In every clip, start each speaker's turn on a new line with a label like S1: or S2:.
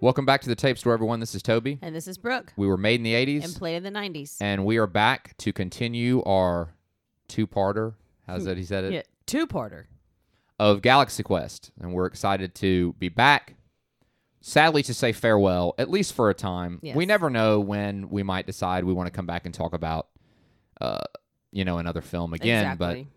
S1: Welcome back to the tape store, everyone. This is Toby.
S2: And this is Brooke.
S1: We were made in the 80s,
S2: And
S1: and,
S2: played in the 90s.
S1: we are back to continue our two parter. How's that he said it?
S2: Yeah, two parter.
S1: Of Galaxy Quest. And we're excited to be back. Sadly, to say farewell, at least for a time.
S2: Yes.
S1: We never know when we might decide we want to come back and talk about, uh, you know, another film again. But
S2: exactly.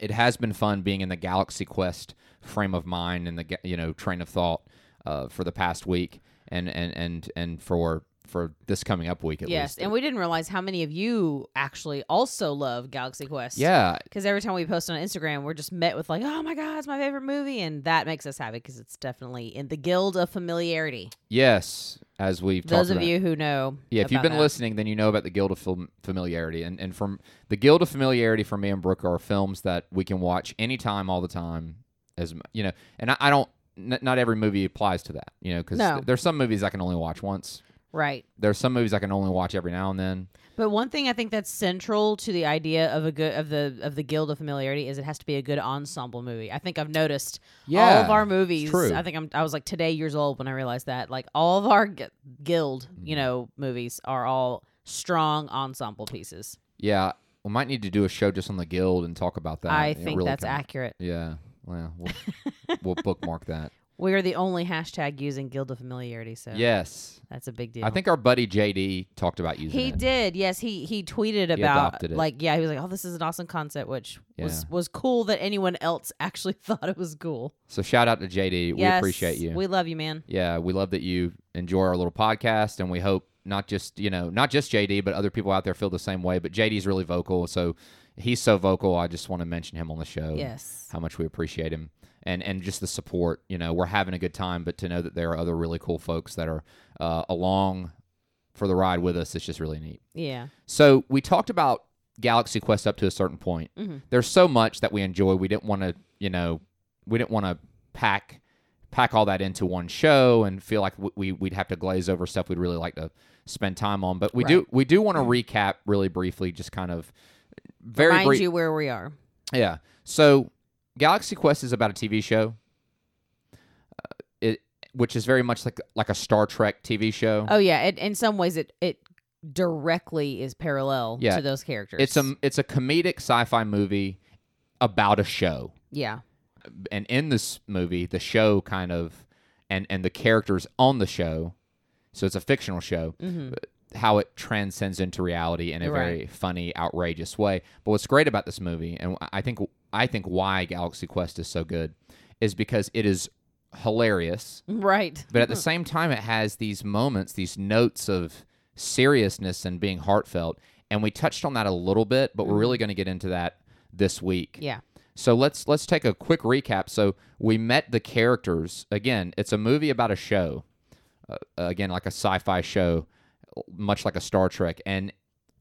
S1: it has been fun being in the Galaxy Quest frame of mind and the ga- you know train of thought uh, for the past week and and and and for for this coming up week at
S2: yes,
S1: least.
S2: and we didn't realize how many of you actually also love Galaxy Quest.
S1: yeah,
S2: Because every time we post on Instagram, we're just met with like, "Oh my god, it's my favorite movie," and that makes us happy because it's definitely in the guild of familiarity.
S1: yes. As we've
S2: Those
S1: talked
S2: of
S1: about.
S2: you who know,
S1: yeah, if you've
S2: about
S1: been
S2: that.
S1: listening, then you know about the Guild of Film Familiarity, and and from the Guild of Familiarity for me and Brooke are films that we can watch anytime, all the time, as m- you know. And I, I don't, n- not every movie applies to that, you know, because
S2: No.
S1: there's some movies I can only watch once.
S2: right?
S1: There's some movies I can only watch every now and then.
S2: But one thing I think that's central to the idea of a good of the of the guild of familiarity is it has to be a good ensemble movie. I think I've noticed all
S1: Yeah,
S2: of our
S1: it's
S2: movies.
S1: true.
S2: I think I'm I was like today years old when I realized that like all of our gu- guild you
S1: Mm-hmm.
S2: know movies are all strong ensemble pieces.
S1: Yeah, we might need to do a show just on the guild and talk about that.
S2: I
S1: It
S2: think
S1: really
S2: that's
S1: kinda-
S2: accurate.
S1: Yeah, well, we'll, we'll bookmark that.
S2: We are the only hashtag using guild of familiarity, so
S1: Yes,
S2: that's a big deal.
S1: I think our buddy JD talked about using
S2: He
S1: it.
S2: did, yes. He he tweeted about
S1: adopted it.
S2: like yeah, he was like, "Oh, this is an awesome concept," which was
S1: Yeah.
S2: was cool that anyone else actually thought it was cool.
S1: So shout out to JD. we appreciate
S2: Yes,
S1: you.
S2: We love you, man.
S1: yeah, we love that you enjoy our little podcast, and we hope not just you know not just JD, but other people out there feel the same way. But JD's really vocal, so he's so vocal. I just want to mention him on the show.
S2: Yes.
S1: how much we appreciate him and and just the support you know we're having a good time but to know that there are other really cool folks that are uh, along for the ride with us it's just really neat
S2: Yeah.
S1: so we talked about galaxy quest up to a certain point
S2: Mhm.
S1: there's so much that we enjoy we didn't want to you know we didn't want to pack pack all that into one show and feel like w- we, we'd have to glaze over stuff we'd really like to spend time on but we do we do want to recap really briefly just kind of very
S2: Remind
S1: brief
S2: you where we are.
S1: yeah. So Galaxy Quest is about a TV show. uh, It which is very much like like a Star Trek TV show.
S2: Oh yeah. It, in some ways, it it directly is parallel
S1: Yeah.
S2: to those characters.
S1: it's a it's a comedic sci-fi movie about a show.
S2: yeah.
S1: And in this movie, the show kind of and and the characters on the show. So it's a fictional show.
S2: hmm
S1: how it transcends into reality in a
S2: Right.
S1: very funny, outrageous way. But what's great about this movie, and I think I think why Galaxy Quest is so good, is because it is hilarious,
S2: Right.
S1: but at the same time, it has these moments, these notes of seriousness and being heartfelt. And we touched on that a little bit, but we're really going to get into that this week.
S2: Yeah.
S1: So let's let's take a quick recap. So we met the characters again. It's a movie about a show, uh, again like a sci-fi show, much like a Star Trek. And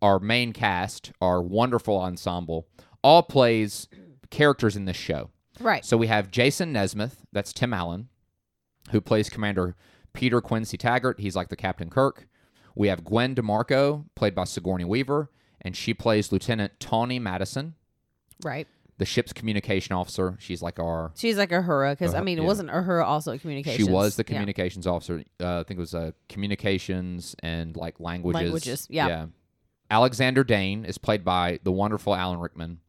S1: our main cast, our wonderful ensemble, all plays characters in this show.
S2: Right.
S1: So we have Jason Nesmith, that's Tim Allen, who plays Commander Peter Quincy Taggart. He's like the Captain Kirk. We have Gwen DeMarco, played by Sigourney Weaver, and she plays Lieutenant Tawny Madison
S2: Right.
S1: the ship's communication officer. She's like our.
S2: She's like Uhura because I
S1: Uh-huh,
S2: mean,
S1: yeah.
S2: wasn't Uhura also a communication?
S1: She was the
S2: communication.
S1: communications officer. Uh, I think it was uh, communications and like languages.
S2: Languages, yeah.
S1: Alexander Dane is played by the wonderful Alan Rickman,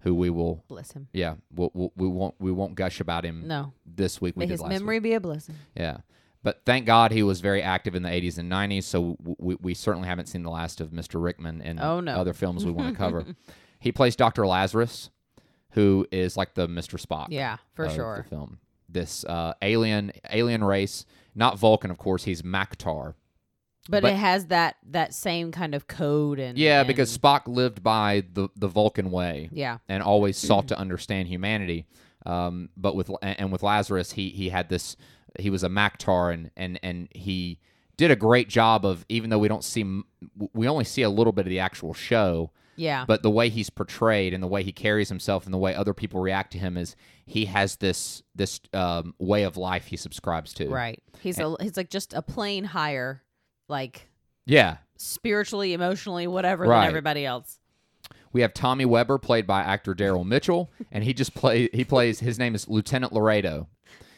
S1: who we will.
S2: Bless him.
S1: Yeah, we'll, we'll, we won't we won't gush about him
S2: No.
S1: this week. We
S2: May
S1: did
S2: his
S1: last
S2: memory
S1: Week.
S2: be a blessing.
S1: Yeah, but thank God he was very active in the 80s and 90s. So w- we, we certainly haven't seen the last of Mr. Rickman and
S2: Oh, no.
S1: other films we want to cover. He plays Dr. Lazarus, who is like the Mr. Spock
S2: Yeah, for
S1: of The
S2: sure.
S1: film. This uh, alien alien race, not Vulcan, of course. He's Maktar.
S2: Mm-hmm. But,
S1: but-
S2: it has that that same kind of code and
S1: Yeah, because
S2: and-
S1: Spock lived by the the Vulcan way
S2: yeah,
S1: and always sought to understand humanity. Um, but with and and with Lazarus, he he had this. He was a Maktar, and and and he did a great job of even though we don't see m- we only see a little bit of the actual show
S2: yeah,
S1: but the way he's portrayed and the way he carries himself and the way other people react to him is he has this this um, way of life he subscribes to
S2: right. He's
S1: eh
S2: a he's like just a plane higher, like
S1: yeah
S2: spiritually, emotionally, whatever
S1: Right.
S2: than everybody else.
S1: We have Tommy Weber, played by actor Daryl Mitchell, and he just play he plays his name is Lieutenant Laredo.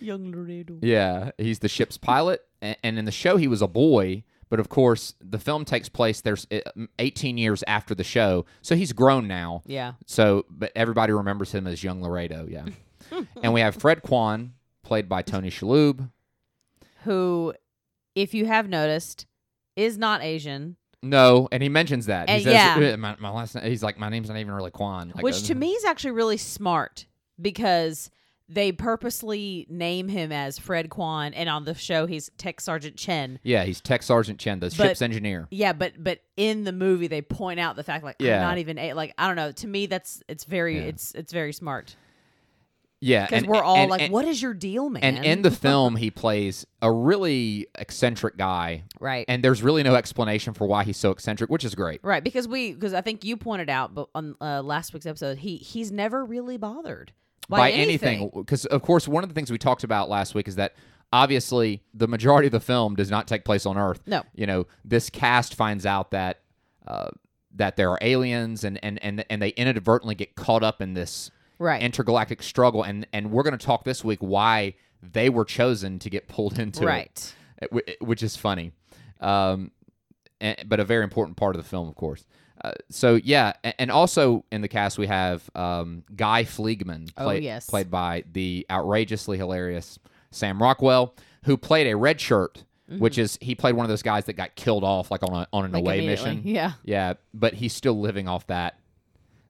S2: Young Laredo.
S1: Yeah, he's the ship's pilot, and, and in the show he was a boy but of course the film takes place there's uh, 18 years after the show so he's grown now
S2: Yeah.
S1: so but everybody remembers him as young laredo yeah and we have fred kwan played by tony shalhoub
S2: Who, if you have noticed, is not Asian,
S1: no and he mentions that he
S2: And
S1: says
S2: Eh, yeah.
S1: "Uh, my, my last name he's like my name's not even really kwan Like,
S2: which
S1: uh,
S2: to me is actually really smart because they purposely name him as Fred Kwan, and on the show he's Tech Sergeant Chen.
S1: yeah he's tech sergeant chen the ship's engineer
S2: Yeah, but but in the movie they point out the fact like
S1: Yeah.
S2: I'm not even a- like I don't know. To me that's it's very
S1: Yeah.
S2: it's it's very smart
S1: yeah
S2: because
S1: and-
S2: we're all
S1: and-
S2: like,
S1: and-
S2: what is your deal, man?
S1: and in the film he plays a really eccentric guy
S2: right.
S1: and there's really no explanation for why he's so eccentric which is great
S2: Right, because we because I think you pointed out, but on uh, last week's episode, he he's never really bothered by,
S1: anything because of course one of the things we talked about last week is that obviously the majority of the film does not take place on earth
S2: No.
S1: you know this cast finds out that uh, that there are aliens and, and and and they inadvertently get caught up in this
S2: Right,
S1: intergalactic struggle and and we're going to talk this week why they were chosen to get pulled into it,
S2: right.
S1: wh- Eh, which is funny um and, but a very important part of the film of course uh, so yeah, and, and also in the cast we have um, Guy Fleegman,
S2: Oh,
S1: played-
S2: yes.
S1: played by the outrageously hilarious Sam Rockwell, who played a red shirt, which is he played one of those guys that got killed off like on a, on an
S2: Mm-hmm. Like,
S1: away
S2: immediately.
S1: mission.
S2: Yeah,
S1: Yeah, but he's still living off that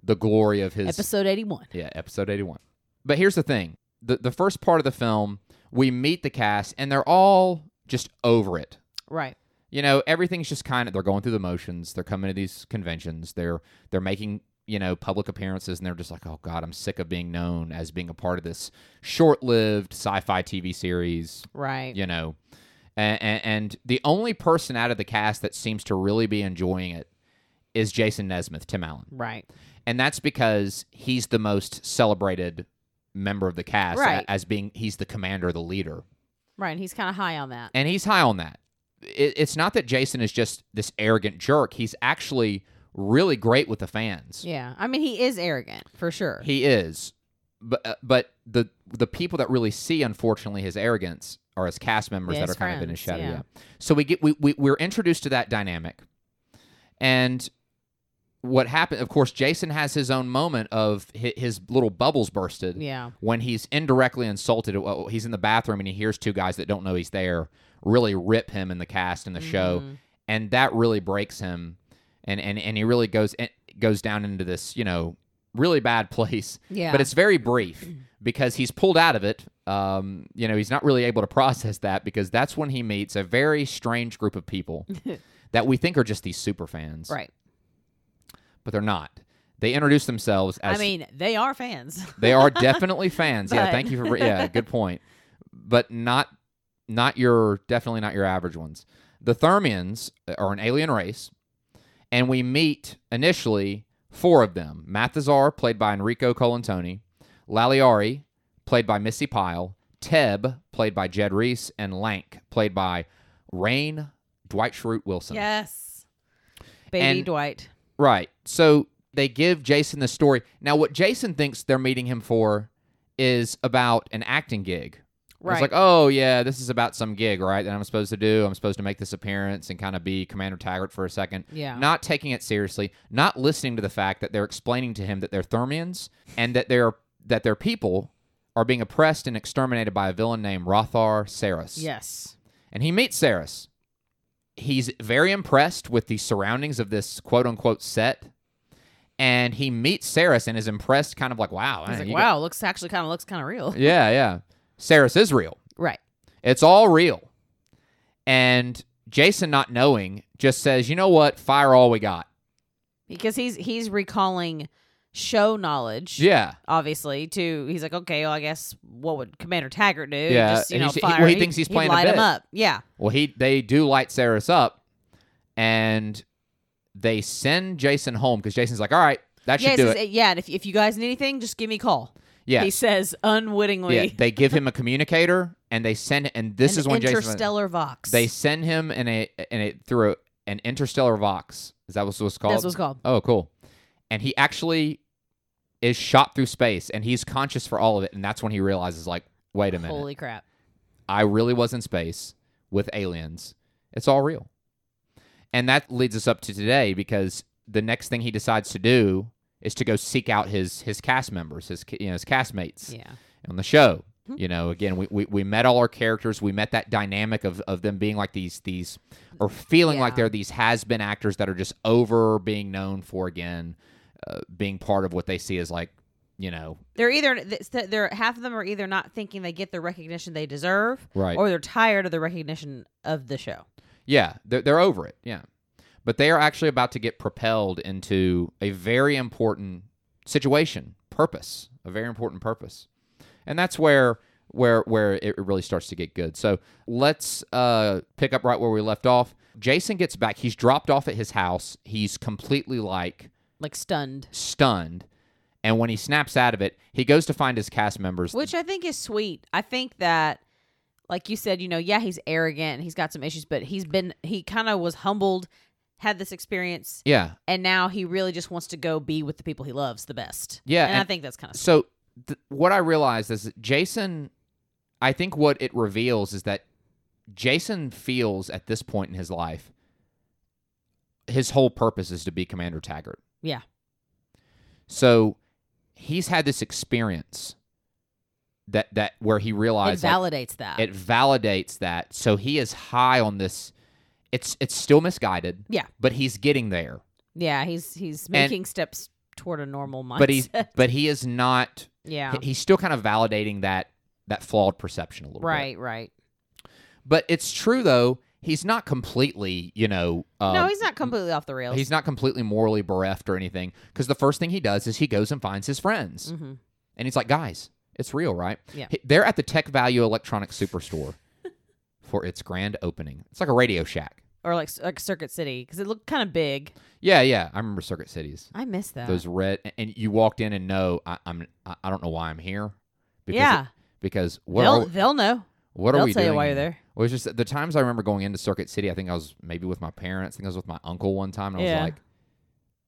S1: the glory of his
S2: episode eighty one.
S1: yeah, episode 81. But here's the thing. The the first part of the film, we meet the cast and they're all just over it.
S2: Right,
S1: You know, everything's just kind of they're going through the motions, they're coming to these conventions, they're they're making, you know, public appearances and they're just like, "Oh god, I'm sick of being known as being a part of this short-lived sci-fi TV series."
S2: right.
S1: you know and, and, and the only person out of the cast that seems to really be enjoying it is jason nesmith tim allen
S2: Right.
S1: and that's because he's the most celebrated member of the cast a-
S2: Right.
S1: as being he's the commander the leader
S2: Right. And he's kind of high on that.
S1: and he's high on that it, it's not that jason is just this arrogant jerk he's actually really great with the fans
S2: Yeah. I mean, he is arrogant for sure.
S1: he is, but uh, but the the people that really see, unfortunately, his arrogance are his cast members
S2: Yeah,
S1: that are
S2: his
S1: kind of in his
S2: friends,
S1: shadow. Yeah.
S2: yeah.
S1: So we get we, we we're introduced to that dynamic, and what happened? Of course, Jason has his own moment of his, his little bubbles bursted
S2: yeah.
S1: when he's indirectly insulted. uh, Well, he's in the bathroom and he hears two guys that don't know he's there really rip him in the cast and the show,
S2: Mhm.
S1: and that really breaks him, and and and he really goes and goes down into this you know really bad place
S2: Yeah.
S1: but it's very brief because he's pulled out of it. Um, you know, he's not really able to process that because that's when he meets a very strange group of people that we think are just these super fans,
S2: right.
S1: but they're not. They introduce themselves as
S2: I mean, they are fans.
S1: they are definitely fans. Yeah,
S2: But-
S1: thank you for yeah, good point. But not not your definitely not your average ones. The Thermians uh, are an alien race, and we meet initially four of them: Mathazar, played by Enrico Colantoni, Laliari, played by Missy Pyle, Teb, played by Jed Reese, and Lank, played by Rain Dwight Schrute Wilson.
S2: yes. Baby
S1: And-
S2: Dwight.
S1: Right. So they give Jason the story. Now, what Jason thinks they're meeting him for is about an acting gig.
S2: Right.
S1: It's like, oh, yeah, this is about some gig, right? That I'm supposed to do. I'm supposed to make this appearance and kind of be Commander Taggart for a second.
S2: yeah.
S1: Not taking it seriously, not listening to the fact that they're explaining to him that they're Thermians and that they're that their people are being oppressed and exterminated by a villain named Rothar Saris
S2: yes.
S1: and he meets Saris. He's very impressed with the surroundings of this quote unquote set. And he meets Saris and is impressed, kind of like, wow.
S2: He's
S1: man,
S2: like,
S1: you
S2: wow, looks actually kind of looks kind of real.
S1: got- yeah, yeah. Saris is real.
S2: Right.
S1: It's all real. And Jason, not knowing, just says, you know what? Fire all we got.
S2: because he's he's recalling show knowledge.
S1: Yeah.
S2: Obviously, to he's like, okay, well, I guess what would Commander Taggart do?
S1: Yeah,
S2: just, you know,
S1: he's- he-
S2: fire.
S1: well, he thinks he's
S2: he'd
S1: playing a
S2: light him
S1: bit.
S2: up. Yeah,
S1: Well, he they do light Saris up and they send Jason home because Jason's like, all right, that should
S2: yeah, he
S1: do
S2: says,
S1: it.
S2: yeah. And if if you guys need anything, just give me a call.
S1: Yeah.
S2: he says unwittingly.
S1: Yeah, they give him a communicator, and they send, and this
S2: an
S1: is when Jason.
S2: interstellar vox.
S1: They send him in a in a through an interstellar vox. Is that what's what's called?
S2: that's what's called.
S1: Oh, cool. And he actually is shot through space, and he's conscious for all of it, and that's when he realizes, like, wait a minute,
S2: Holy crap!
S1: I really was in space. with aliens. It's all real. And that leads us up to today because the next thing he decides to do is to go seek out his his cast members, his ca- you know, his castmates
S2: Yeah.
S1: on the show.
S2: Mhm.
S1: You know, again, we, we, we met all our characters. We met that dynamic of, of them being like these these or feeling like
S2: Yeah.
S1: they're these has been actors that are just over being known for again, uh, being part of what they see as like, you know,
S2: They're either th- th- they're half of them are either not thinking they get the recognition they deserve,
S1: right.
S2: or they're tired of the recognition of the show.
S1: Yeah, they're, they're over it. Yeah. But they are actually about to get propelled into a very important situation, purpose, a very important purpose. And that's where where where it really starts to get good. So let's uh, pick up right where we left off. Jason gets back. He's dropped off at his house. He's completely like
S2: Like stunned,
S1: stunned. And when he snaps out of it, he goes to find his cast members.
S2: which I think is sweet. I think that, like you said, you know, yeah, he's arrogant and he's got some issues, but he's been he kind of was humbled, had this experience,
S1: yeah.
S2: and now he really just wants to go be with the people he loves the best.
S1: Yeah,
S2: and, I
S1: and-
S2: think that's kind of
S1: So th- what I realized is that Jason, I think what it reveals is that Jason feels at this point in his life, his whole purpose is to be Commander Taggart.
S2: Yeah.
S1: So he's had this experience that that where he
S2: it
S1: realized like,
S2: validates that.
S1: it validates that. So he is high on this. It's it's still misguided.
S2: Yeah.
S1: But he's getting there.
S2: yeah, he's he's making steps toward a normal mindset.
S1: But he's but he is not
S2: yeah,
S1: he- he's still kind of validating that that flawed perception a little bit.
S2: right, right.
S1: But it's true though, he's not completely, you know, uh,
S2: no, he's not completely off the rails.
S1: he's not completely morally bereft or anything because the first thing he does is he goes and finds his friends.
S2: hmm
S1: And he's like, "Guys, it's real, right?"
S2: Yeah.
S1: He- They're at the Tech Value Electronics Superstore for its grand opening. It's like a Radio Shack.
S2: or like like Circuit City because it looked kind of big.
S1: Yeah, yeah, I remember Circuit Cities.
S2: I miss that.
S1: Those red and- and you walked in and no, I, I'm I, I don't know why I'm here. Because
S2: yeah,
S1: because what
S2: they'll
S1: are, we-
S2: they'll know.
S1: what are
S2: They'll
S1: we
S2: tell
S1: doing?
S2: you why
S1: here?
S2: you're there.
S1: Well, it's just that the times I remember going into Circuit City, I think I was maybe with my parents. I think I was with my uncle one time, and I
S2: Yeah.
S1: was like,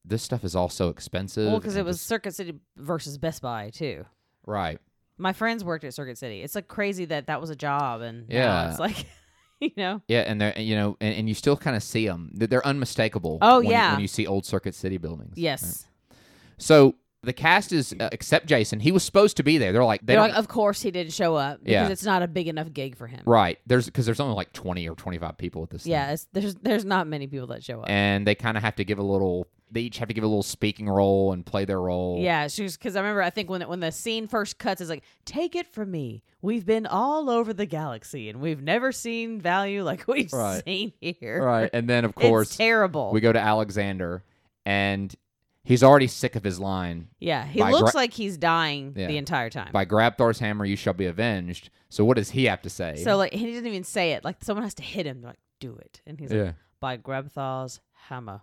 S1: "This stuff is all so expensive."
S2: Well, because it
S1: and
S2: was
S1: just-
S2: Circuit City versus Best Buy too.
S1: right.
S2: My friends worked at Circuit City. It's like crazy that that was a job, and yeah,
S1: Yeah.
S2: it's like you know,
S1: Yeah, and they're and, you know, and, and you still kind of see them. They're unmistakable.
S2: Oh,
S1: when you-
S2: yeah.
S1: when you see old Circuit City buildings.
S2: yes.
S1: Right. So the cast is uh, except Jason. He was supposed to be there. They're like they
S2: They're
S1: don't.
S2: like, "Oh, of course he didn't show up because
S1: Yeah.
S2: it's not a big enough gig for him.
S1: right. There's because there's only like twenty or twenty five people at this. thing.
S2: Yeah, it's, there's there's not many people that show up.
S1: And they kind of have to give a little. They each have to give a little speaking role and play their role.
S2: Yeah, she was because I remember I think when when the scene first cuts, it's like, take it from me, we've been all over the galaxy and we've never seen value like we've
S1: Right.
S2: seen here.
S1: Right. And then of
S2: It's
S1: course
S2: terrible.
S1: We go to Alexander, and he's already sick of his line.
S2: yeah, he
S1: by
S2: looks
S1: gra-
S2: like he's dying
S1: Yeah.
S2: the entire time.
S1: By grab Thor's hammer, you shall be avenged. So what does he have to say?
S2: So like he doesn't even say it. Like someone has to hit him. Like do it, and he's like,
S1: yeah,
S2: by Grabthar's hammer.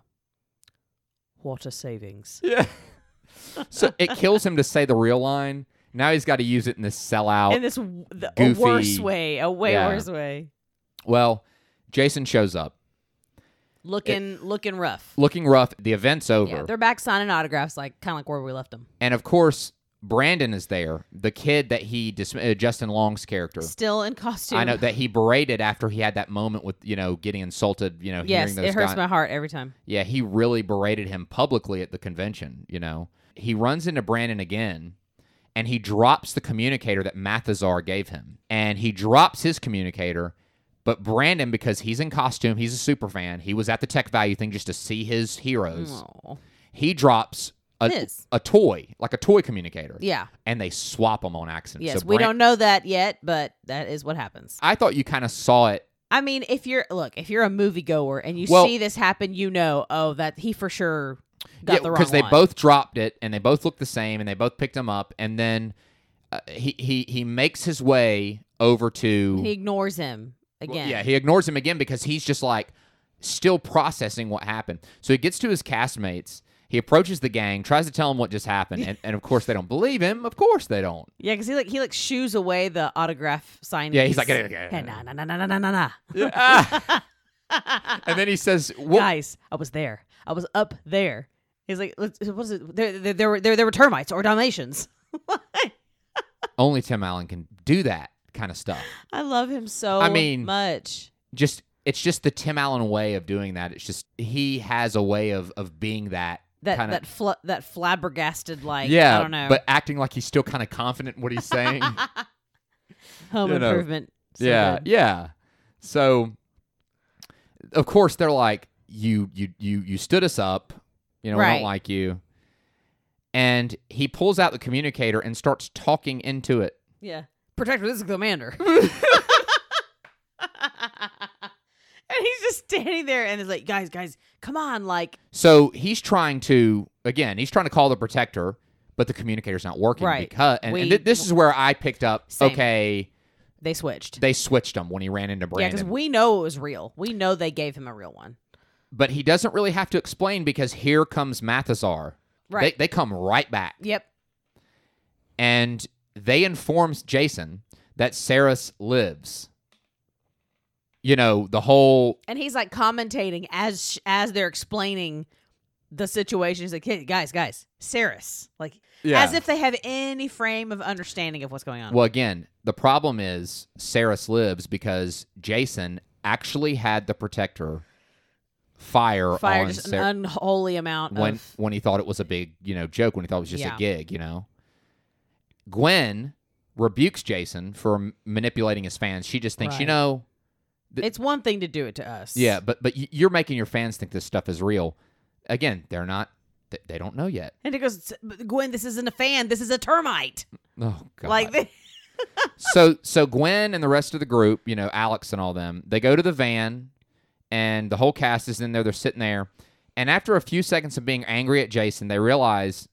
S2: Water savings.
S1: yeah. so it kills him to say the real line. Now he's got to use it in this sellout.
S2: In this w- the, a
S1: Goofy.
S2: worse way, a way
S1: Yeah.
S2: worse way.
S1: well, Jason shows up
S2: Looking looking rough.
S1: looking rough. The event's over,
S2: Yeah, they're back signing autographs, like kind of like where we left them.
S1: and of course. Brandon is there, the kid that he dis- uh, Justin Long's character.
S2: Still in costume.
S1: I know that he berated after he had that moment with you know getting insulted. You know,
S2: Yes,
S1: hearing those
S2: it hurts
S1: guy-
S2: my heart every time.
S1: Yeah, he really berated him publicly at the convention, you know. He runs into Brandon again and he drops the communicator that Mathazar gave him. And he drops his communicator, but Brandon, because he's in costume, he's a super fan, he was at the tech value thing just to see his heroes.
S2: Oh.
S1: He drops a,
S2: His.
S1: a toy, like a toy communicator.
S2: Yeah.
S1: And they swap them on accident.
S2: Yes,
S1: so
S2: we
S1: Bran-
S2: don't know that yet, but that is what happens.
S1: I thought you kind of saw it.
S2: I mean, if you're look, if you're a moviegoer and you
S1: Well-
S2: see this happen, you know, oh, that he for sure got the wrong
S1: because they
S2: one.
S1: both dropped it and they both looked the same and they both picked him up and then uh, he he he makes his way over to
S2: he ignores him
S1: well,
S2: again.
S1: yeah he ignores him again because he's just like still processing what happened so he gets to his castmates he approaches the gang tries to tell them what just happened and, and of course they don't believe him of course they don't
S2: yeah, because he like he like shoos away the autograph signing.
S1: yeah he's like
S2: hey, nah, nah, nah, nah, nah, nah, nah.
S1: Ah.
S2: Uh,
S1: and then he says well,
S2: guys, I was there. I was up there. He's like, let's- what is it? There, there, there were there, there were termites or Dalmatians.
S1: only Tim Allen can do that kind of stuff
S2: I love him so.
S1: I mean,
S2: much.
S1: just it's just the Tim Allen way of doing that. It's just he has a way of of being that
S2: That
S1: kinda-
S2: that fl- that flabbergasted like
S1: yeah,
S2: I don't know.
S1: but acting like he's still kind of confident in what he's saying.
S2: Home
S1: you know,
S2: improvement. so
S1: yeah,
S2: good.
S1: yeah. So, of course, they're like, "You, you, you, you stood us up. You know, we
S2: Right.
S1: don't like you." And he pulls out the communicator and starts talking into it.
S2: Yeah. Protector, this is Commander. and he's just standing there and is like, guys, guys, come on. Like,
S1: So he's trying to again, he's trying to call the protector, but the communicator's not working
S2: Right.
S1: because. And, and
S2: We-
S1: thi- this is where I picked up.
S2: Same.
S1: Okay,
S2: they switched.
S1: they switched him when he ran into
S2: Yeah,
S1: Brandon.
S2: because we know it was real. We know they gave him a real one.
S1: but he doesn't really have to explain because here comes Mathazar.
S2: Right.
S1: They, they come right back.
S2: yep.
S1: and they informs Jason that Saris lives. You know, the whole
S2: And he's like commentating as sh- as they're explaining the situation. He's like, hey, guys, guys, Saris. Like, as if they have any frame of understanding of what's going on.
S1: Well, again, the problem is Saris lives because Jason actually had the protector fire,
S2: Fire
S1: on
S2: just an
S1: Sar-
S2: unholy amount
S1: when
S2: of.
S1: when he thought it was a big, you know, joke, when he thought it was just
S2: Yeah.
S1: a gig, you know. Gwen rebukes Jason for m- manipulating his fans. She just thinks, you
S2: Right.
S1: know,
S2: It's one thing to do it to us.
S1: Yeah, but but y- you're making your fans think this stuff is real. Again, they're not. th- They don't know yet.
S2: And it goes, "But Gwen, this isn't a fan. This is a termite.
S1: Oh God!
S2: Like, thi-
S1: so so Gwen and the rest of the group, you know, Alex and all them, they go to the van, and the whole cast is in there. They're sitting there, and after a few seconds of being angry at Jason, they realize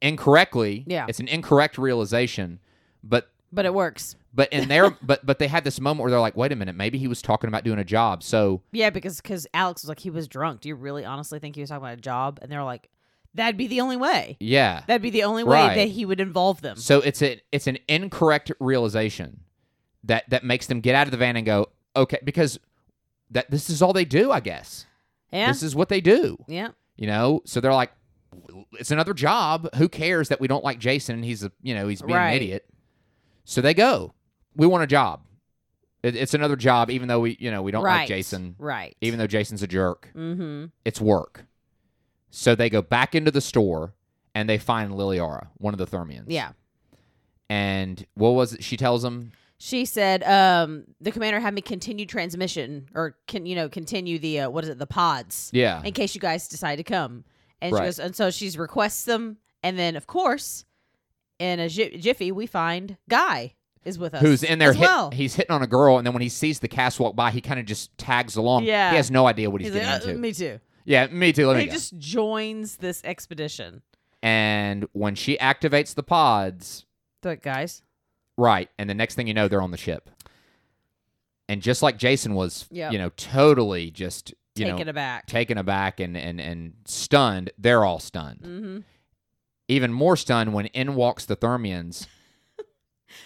S1: incorrectly.
S2: Yeah.
S1: it's an incorrect realization, but.
S2: but it works.
S1: But in their but but they had this moment where they're like, wait a minute, maybe he was talking about doing a job. So
S2: Yeah, because because Alex was like, he was drunk. Do you really honestly think he was talking about a job? And they're like, that'd be the only way.
S1: yeah,
S2: That'd be the only
S1: Right.
S2: way that he would involve them.
S1: So it's a it's an incorrect realization that that makes them get out of the van and go, okay, because that this is all they do, I guess.
S2: yeah,
S1: This is what they do,
S2: yeah,
S1: you know. So they're like, it's another job. Who cares that we don't like Jason and he's a you know he's being
S2: Right.
S1: an idiot. So they go. We want a job. It, it's another job, even though we you know we don't
S2: right.
S1: like Jason,
S2: Right.
S1: even though Jason's a jerk.
S2: Mm-hmm.
S1: It's work. So they go back into the store and they find Liliara, one of the Thermians
S2: Yeah.
S1: and what was it? She tells him,
S2: She said, um, the commander had me continue transmission or can you know continue the uh, what is it the pods
S1: yeah,
S2: in case you guys decide to come. And
S1: Right.
S2: she goes, and so she's requests them, and then of course, in a ji- jiffy, we find Guy is with us,
S1: who's in there.
S2: as
S1: Hit,
S2: well.
S1: He's hitting on a girl, and then when he sees the cast walk by, he kind of just tags along.
S2: Yeah.
S1: he has no idea what he's,
S2: He's like,
S1: getting
S2: "Uh,
S1: into.
S2: me too.
S1: yeah, me too. Let
S2: And
S1: me
S2: he
S1: go.
S2: just joins this expedition.
S1: and when she activates the pods,
S2: But guys,
S1: right, and the next thing you know, they're on the ship. And just like Jason was,
S2: Yep.
S1: you know, totally just you
S2: taken
S1: know
S2: aback.
S1: taken aback and and and stunned. They're all stunned.
S2: mm-hmm.
S1: even more stunned when in walks the Thermians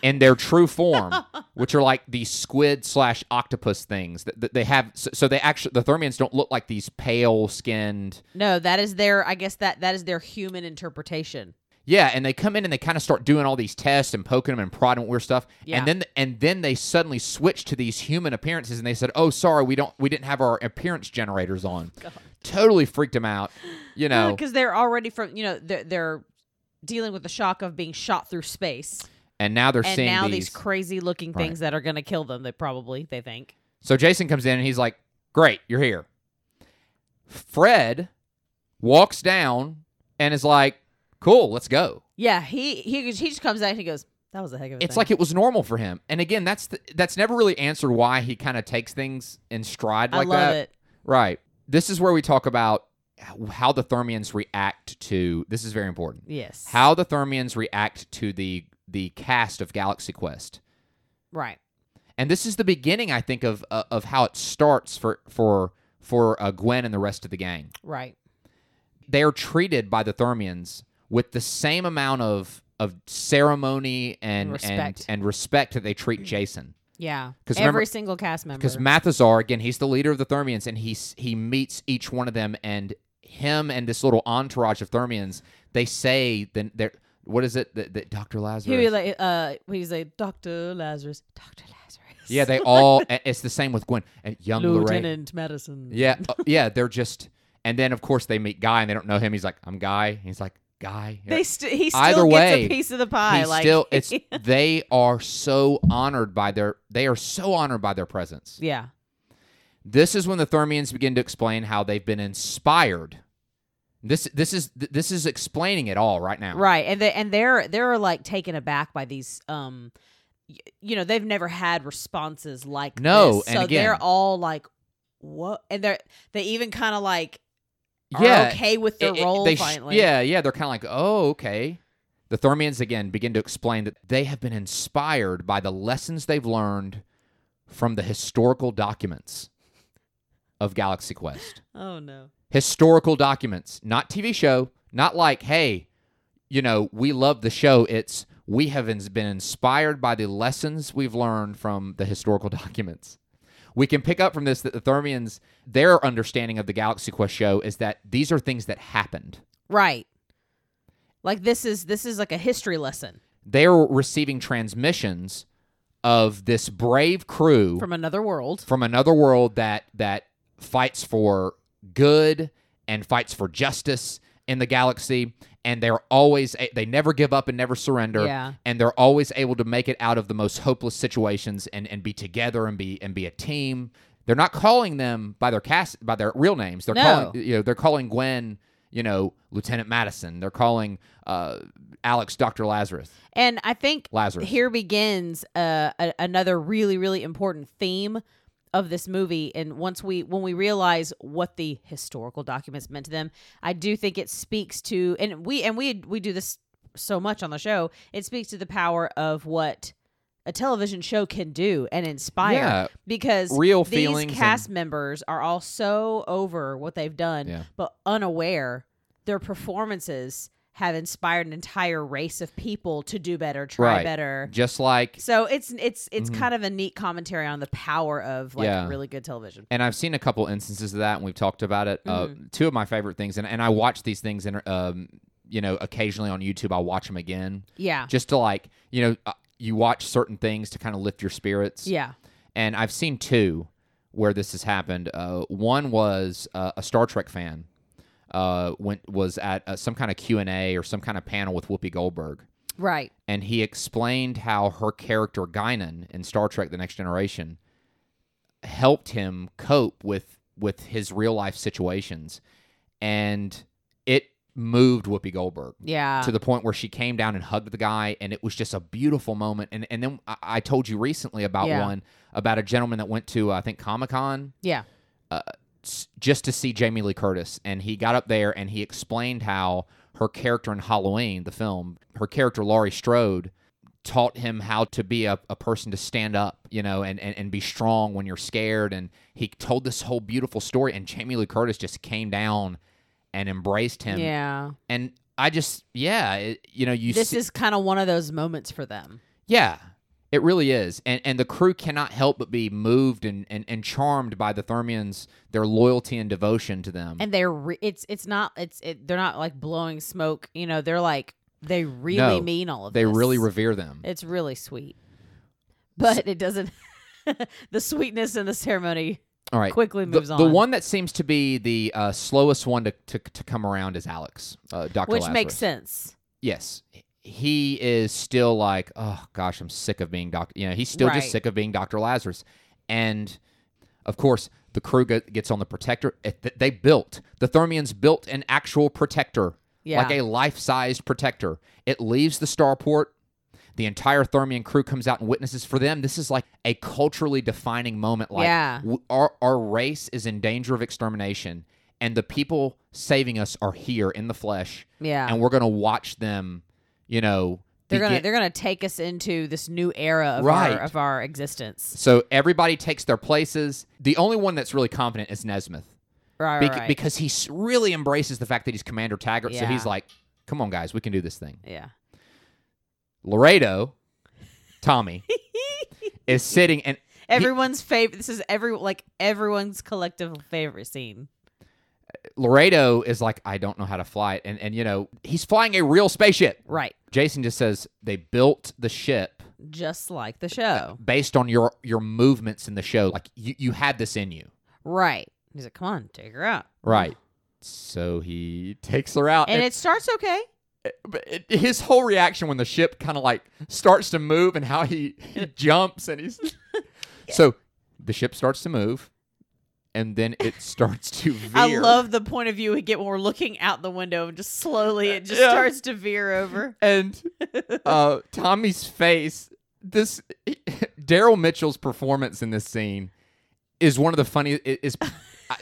S1: in their true form, which are like these squid slash octopus things that, that they have. So, so they actually, the Thermians don't look like these pale skinned.
S2: No, that is their. I guess that that is their human interpretation.
S1: Yeah, and they come in and they kind of start doing all these tests and poking them and prodding them with weird stuff.
S2: Yeah.
S1: And then and then they suddenly switch to these human appearances and they said, "Oh, sorry, we don't we didn't have our appearance generators on." Totally freaked them out, you know.
S2: because they're already from. You know, they're, they're dealing with the shock of being shot through space,
S1: and now they're
S2: and
S1: seeing
S2: now
S1: these
S2: these crazy looking
S1: Right.
S2: things that are going to kill them. They probably they think.
S1: So Jason comes in and he's like, "Great, you're here." Fred walks down and is like, "Cool, let's go."
S2: Yeah, he he he just comes out and he goes, "That was a heck of a."
S1: It's like it was normal for him. And again, that's the, that's never really answered why he kind of takes things in stride
S2: I
S1: like
S2: love
S1: that.
S2: it.
S1: Right. This is where we talk about how the Thermians react to this is very important.
S2: Yes.
S1: How the Thermians react to the the cast of Galaxy Quest.
S2: Right.
S1: and this is the beginning i think of uh, of how it starts for for for uh, gwen and the rest of the gang
S2: Right.
S1: they are treated by the thermians with the same amount of of ceremony and
S2: Respect.
S1: and, and respect that they treat jason
S2: Yeah.
S1: 'Cause
S2: Every
S1: remember-
S2: single cast member.
S1: because mathazar again he's the leader of the thermians and he s- he meets each one of them and him and this little entourage of thermians they say then they're what is it that, that dr lazarus
S2: He was like, uh, he's like, Doctor Lazarus, Doctor Lazarus.
S1: Yeah, they all. a- it's the same with Gwen and young Lorraine.
S2: Lieutenant Madison.
S1: Yeah, uh, yeah, they're just. And then of course they meet Guy and they don't know him. He's like, I'm Guy. He's like, Guy.
S2: They st- he still
S1: Either
S2: gets
S1: way,
S2: a piece of the pie.
S1: He's
S2: like
S1: still. It's they are so honored by their. They are so honored by their presence.
S2: yeah.
S1: This is when the Thermians begin to explain how they've been inspired. This this is th- this is explaining it all right now.
S2: Right. And they and they're they're like taken aback by these um y- you know, they've never had responses like
S1: No,
S2: this.
S1: and
S2: so they're
S1: again-
S2: all like what and they're they even kind of like are
S1: Yeah.
S2: okay with their
S1: it- it-
S2: role
S1: they sh-
S2: finally.
S1: yeah, yeah, they're kind of like, oh, okay. The Thermians again begin to explain that they have been inspired by the lessons they've learned from the historical documents of Galaxy Quest.
S2: Oh no.
S1: historical documents, not TV show, not like, hey, you know, we love the show. It's we have ins- been inspired by the lessons we've learned from the historical documents. We can pick up from this that the Thermians, their understanding of the Galaxy Quest show is that these are things that happened.
S2: Right. Like this is this is like a history lesson
S1: They're receiving transmissions of this brave crew
S2: from another world.
S1: from another world that that fights for good and fights for justice in the galaxy and they're always a- they never give up and never surrender
S2: Yeah.
S1: and they're always able to make it out of the most hopeless situations and and be together and be and be a team they're not calling them by their cast by their real names they're
S2: No.
S1: calling you know they're calling gwen you know lieutenant madison they're calling uh alex dr lazarus
S2: And I think
S1: lazarus
S2: here begins uh, a, another really really important theme of this movie and once we when we realize what the historical documents meant to them i do think it speaks to and we and we we do this so much on the show it speaks to the power of what a television show can do and inspire
S1: Yeah.
S2: because
S1: Real
S2: these
S1: feelings and-
S2: cast members are all so over what they've done
S1: Yeah.
S2: but unaware their performances have inspired an entire race of people to do better try
S1: Right.
S2: better
S1: just like
S2: so it's it's it's
S1: Mhm.
S2: kind of a neat commentary on the power of like
S1: Yeah.
S2: really good television.
S1: and I've seen a couple instances of that, and we've talked about it. Uh,
S2: Mm-hmm.
S1: two of my favorite things, and, and I watch these things, and um, you know, occasionally on YouTube, I watch them again
S2: Yeah.
S1: just to like, you know, uh, you watch certain things to kind of lift your spirits.
S2: Yeah.
S1: And I've seen two where this has happened. Uh, one was uh, a Star Trek fan uh, went was at uh, some kind of Q and A or some kind of panel with Whoopi Goldberg,
S2: Right.
S1: and he explained how her character Guinan in Star Trek: The Next Generation helped him cope with with his real life situations, and it moved Whoopi Goldberg
S2: Yeah.
S1: to the point where she came down and hugged the guy, and it was just a beautiful moment. And and then I, I told you recently about
S2: Yeah.
S1: one about a gentleman that went to uh, I think Comic Con
S2: yeah.
S1: s- just to see Jamie Lee Curtis, and he got up there and he explained how her character in Halloween, the film, her character Laurie Strode, taught him how to be a, a person to stand up, you know, and, and and be strong when you're scared. And he told this whole beautiful story, and Jamie Lee Curtis just came down and embraced him.
S2: yeah.
S1: And I just, yeah, it, you know, you
S2: This
S1: see-
S2: is kind of one of those moments for them.
S1: yeah, it really is. And and the crew cannot help but be moved and and, and charmed by the Thermians, their loyalty and devotion to them.
S2: And they're re- it's it's not it's it, they're not like blowing smoke, you know, they're like they really
S1: No,
S2: mean all of
S1: they
S2: this.
S1: really revere them.
S2: It's really sweet. But it doesn't the sweetness in the ceremony
S1: All right.
S2: quickly
S1: The,
S2: moves
S1: the
S2: on.
S1: one that seems to be the uh, slowest one to, to, to come around is Alex, uh, Dr.
S2: which
S1: Lazarus.
S2: makes sense.
S1: Yes. He is still like, oh gosh, I'm sick of being Dr. You know, he's still
S2: Right.
S1: just sick of being Dr. Lazarus. And of course, the crew go- gets on the protector. It- th- They built, the Thermians built an actual protector,
S2: Yeah.
S1: like a life sized protector. It leaves the starport. The entire Thermian crew comes out and witnesses for them. This is like a culturally defining moment. Like,
S2: Yeah.
S1: w- our, our race is in danger of extermination, and the people saving us are here in the flesh
S2: Yeah.
S1: and we're gonna watch them, you know.
S2: They're gonna
S1: begin-
S2: they're gonna take us into this new era of
S1: Right.
S2: our of our existence.
S1: so everybody takes their places. The only one that's really confident is Nesmith
S2: Right,
S1: bec-
S2: right, right.
S1: because he s- really embraces the fact that he's Commander Taggart. So
S2: Yeah.
S1: he's like, "Come on, guys, we can do this thing."
S2: yeah.
S1: Laredo, Tommy, is sitting, and
S2: Everyone's favorite. This is every like everyone's collective favorite scene.
S1: Laredo is like, "I don't know how to fly it," and and you know he's flying a real spaceship.
S2: Right.
S1: Jason just says they built the ship
S2: just like the show.
S1: based on your your movements in the show. Like you, you had this in you,
S2: Right. He's like, come on, take her out.
S1: right? So he takes her out,
S2: And it starts okay.
S1: but it, his whole reaction when the ship kind of like starts to move and how he, he jumps and he's so the ship starts to move and then it starts to veer.
S2: I love the point of view we get when we're looking out the window and just slowly it just
S1: Yeah.
S2: starts to veer over.
S1: and uh, Tommy's face. This Daryl Mitchell's performance in this scene is one of the funniest. Is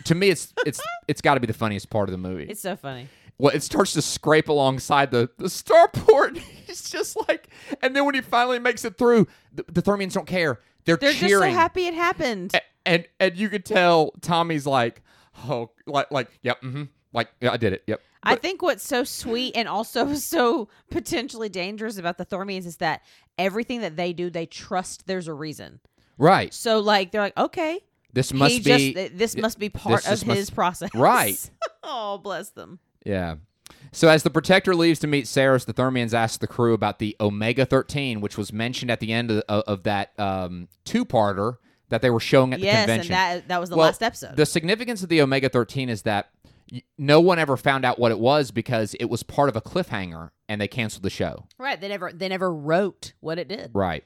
S1: to me, it's it's it's got to be the funniest part of the movie.
S2: It's so funny.
S1: well, it starts to scrape alongside the, the starport. He's just like, and then when he finally makes it through, the, the Thermians don't care. They're,
S2: They're
S1: cheering. Eh,
S2: just so happy it happened.
S1: A- And, and you could tell Tommy's like, oh, like like yep, mm-hmm, like yeah, I did it. Yep.
S2: I think what's so sweet and also so potentially dangerous about the Thormians is that everything that they do, they trust there's a reason.
S1: Right.
S2: So like they're like, okay,
S1: This must
S2: he
S1: be
S2: just th- this must be part
S1: this
S2: of
S1: just must-
S2: his process,
S1: Right.
S2: oh, bless them.
S1: Yeah. So as the Protector leaves to meet Saris, the Thermians ask the crew about the Omega 13, which was mentioned at the end of, of, of that um, two-parter that they were showing at the
S2: Yes, and
S1: convention.
S2: that that was the
S1: Well,
S2: last episode.
S1: The significance of the Omega 13 is that y- no one ever found out what it was because it was part of a cliffhanger and they canceled the show.
S2: right, they never they never wrote what it did.
S1: Right.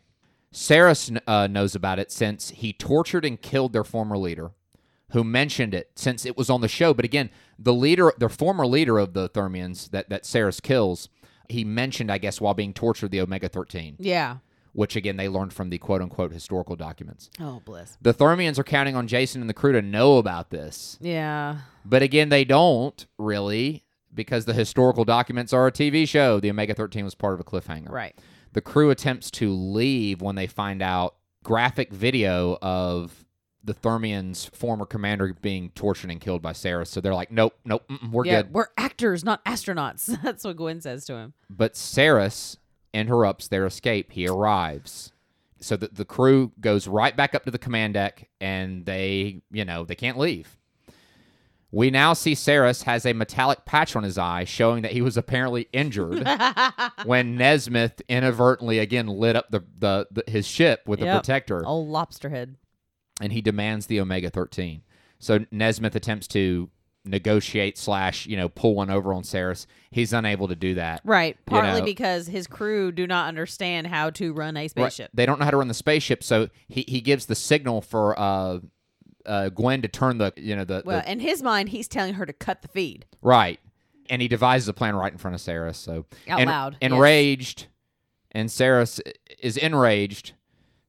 S1: Saris uh, knows about it since he tortured and killed their former leader, who mentioned it since it was on the show. But again, the leader, their former leader of the Thermians that, that Saris kills, he mentioned, I guess, while being tortured, the Omega 13,
S2: Yeah.
S1: which again, they learned from the quote unquote historical documents.
S2: Oh, bless.
S1: The Thermians are counting on Jason and the crew to know about this.
S2: Yeah.
S1: But again, they don't really because the historical documents are a TV show. The Omega 13 was part of a cliffhanger.
S2: Right.
S1: The crew attempts to leave when they find out graphic video of the Thermian's former commander being tortured and killed by Sarah. So they're like, nope, nope, mm-mm, we're
S2: yeah,
S1: good.
S2: we're actors, not astronauts. That's what Gwen says to him.
S1: But Saris interrupts their escape. He arrives. So the, the crew goes right back up to the command deck and they, you know, they can't leave. We now see Saris has a metallic patch on his eye showing that he was apparently injured when Nesmith inadvertently again lit up the, the, the his ship with the
S2: Yep. Oh.
S1: protector
S2: Old lobster head.
S1: and he demands the omega 13 so nesmith attempts to negotiate slash you know pull one over on Saris. he's unable to do that
S2: Right. Partly
S1: know.
S2: because his crew do not understand how to run a
S1: Right.
S2: spaceship.
S1: they don't know how to run the spaceship so he, he gives the signal for uh, uh, gwen to turn the you know the,
S2: Well,
S1: the
S2: in his mind, he's telling her to cut the feed.
S1: right and he devises a plan right in front of Saris. so
S2: Out
S1: en-
S2: loud, yes.
S1: enraged and Saris is enraged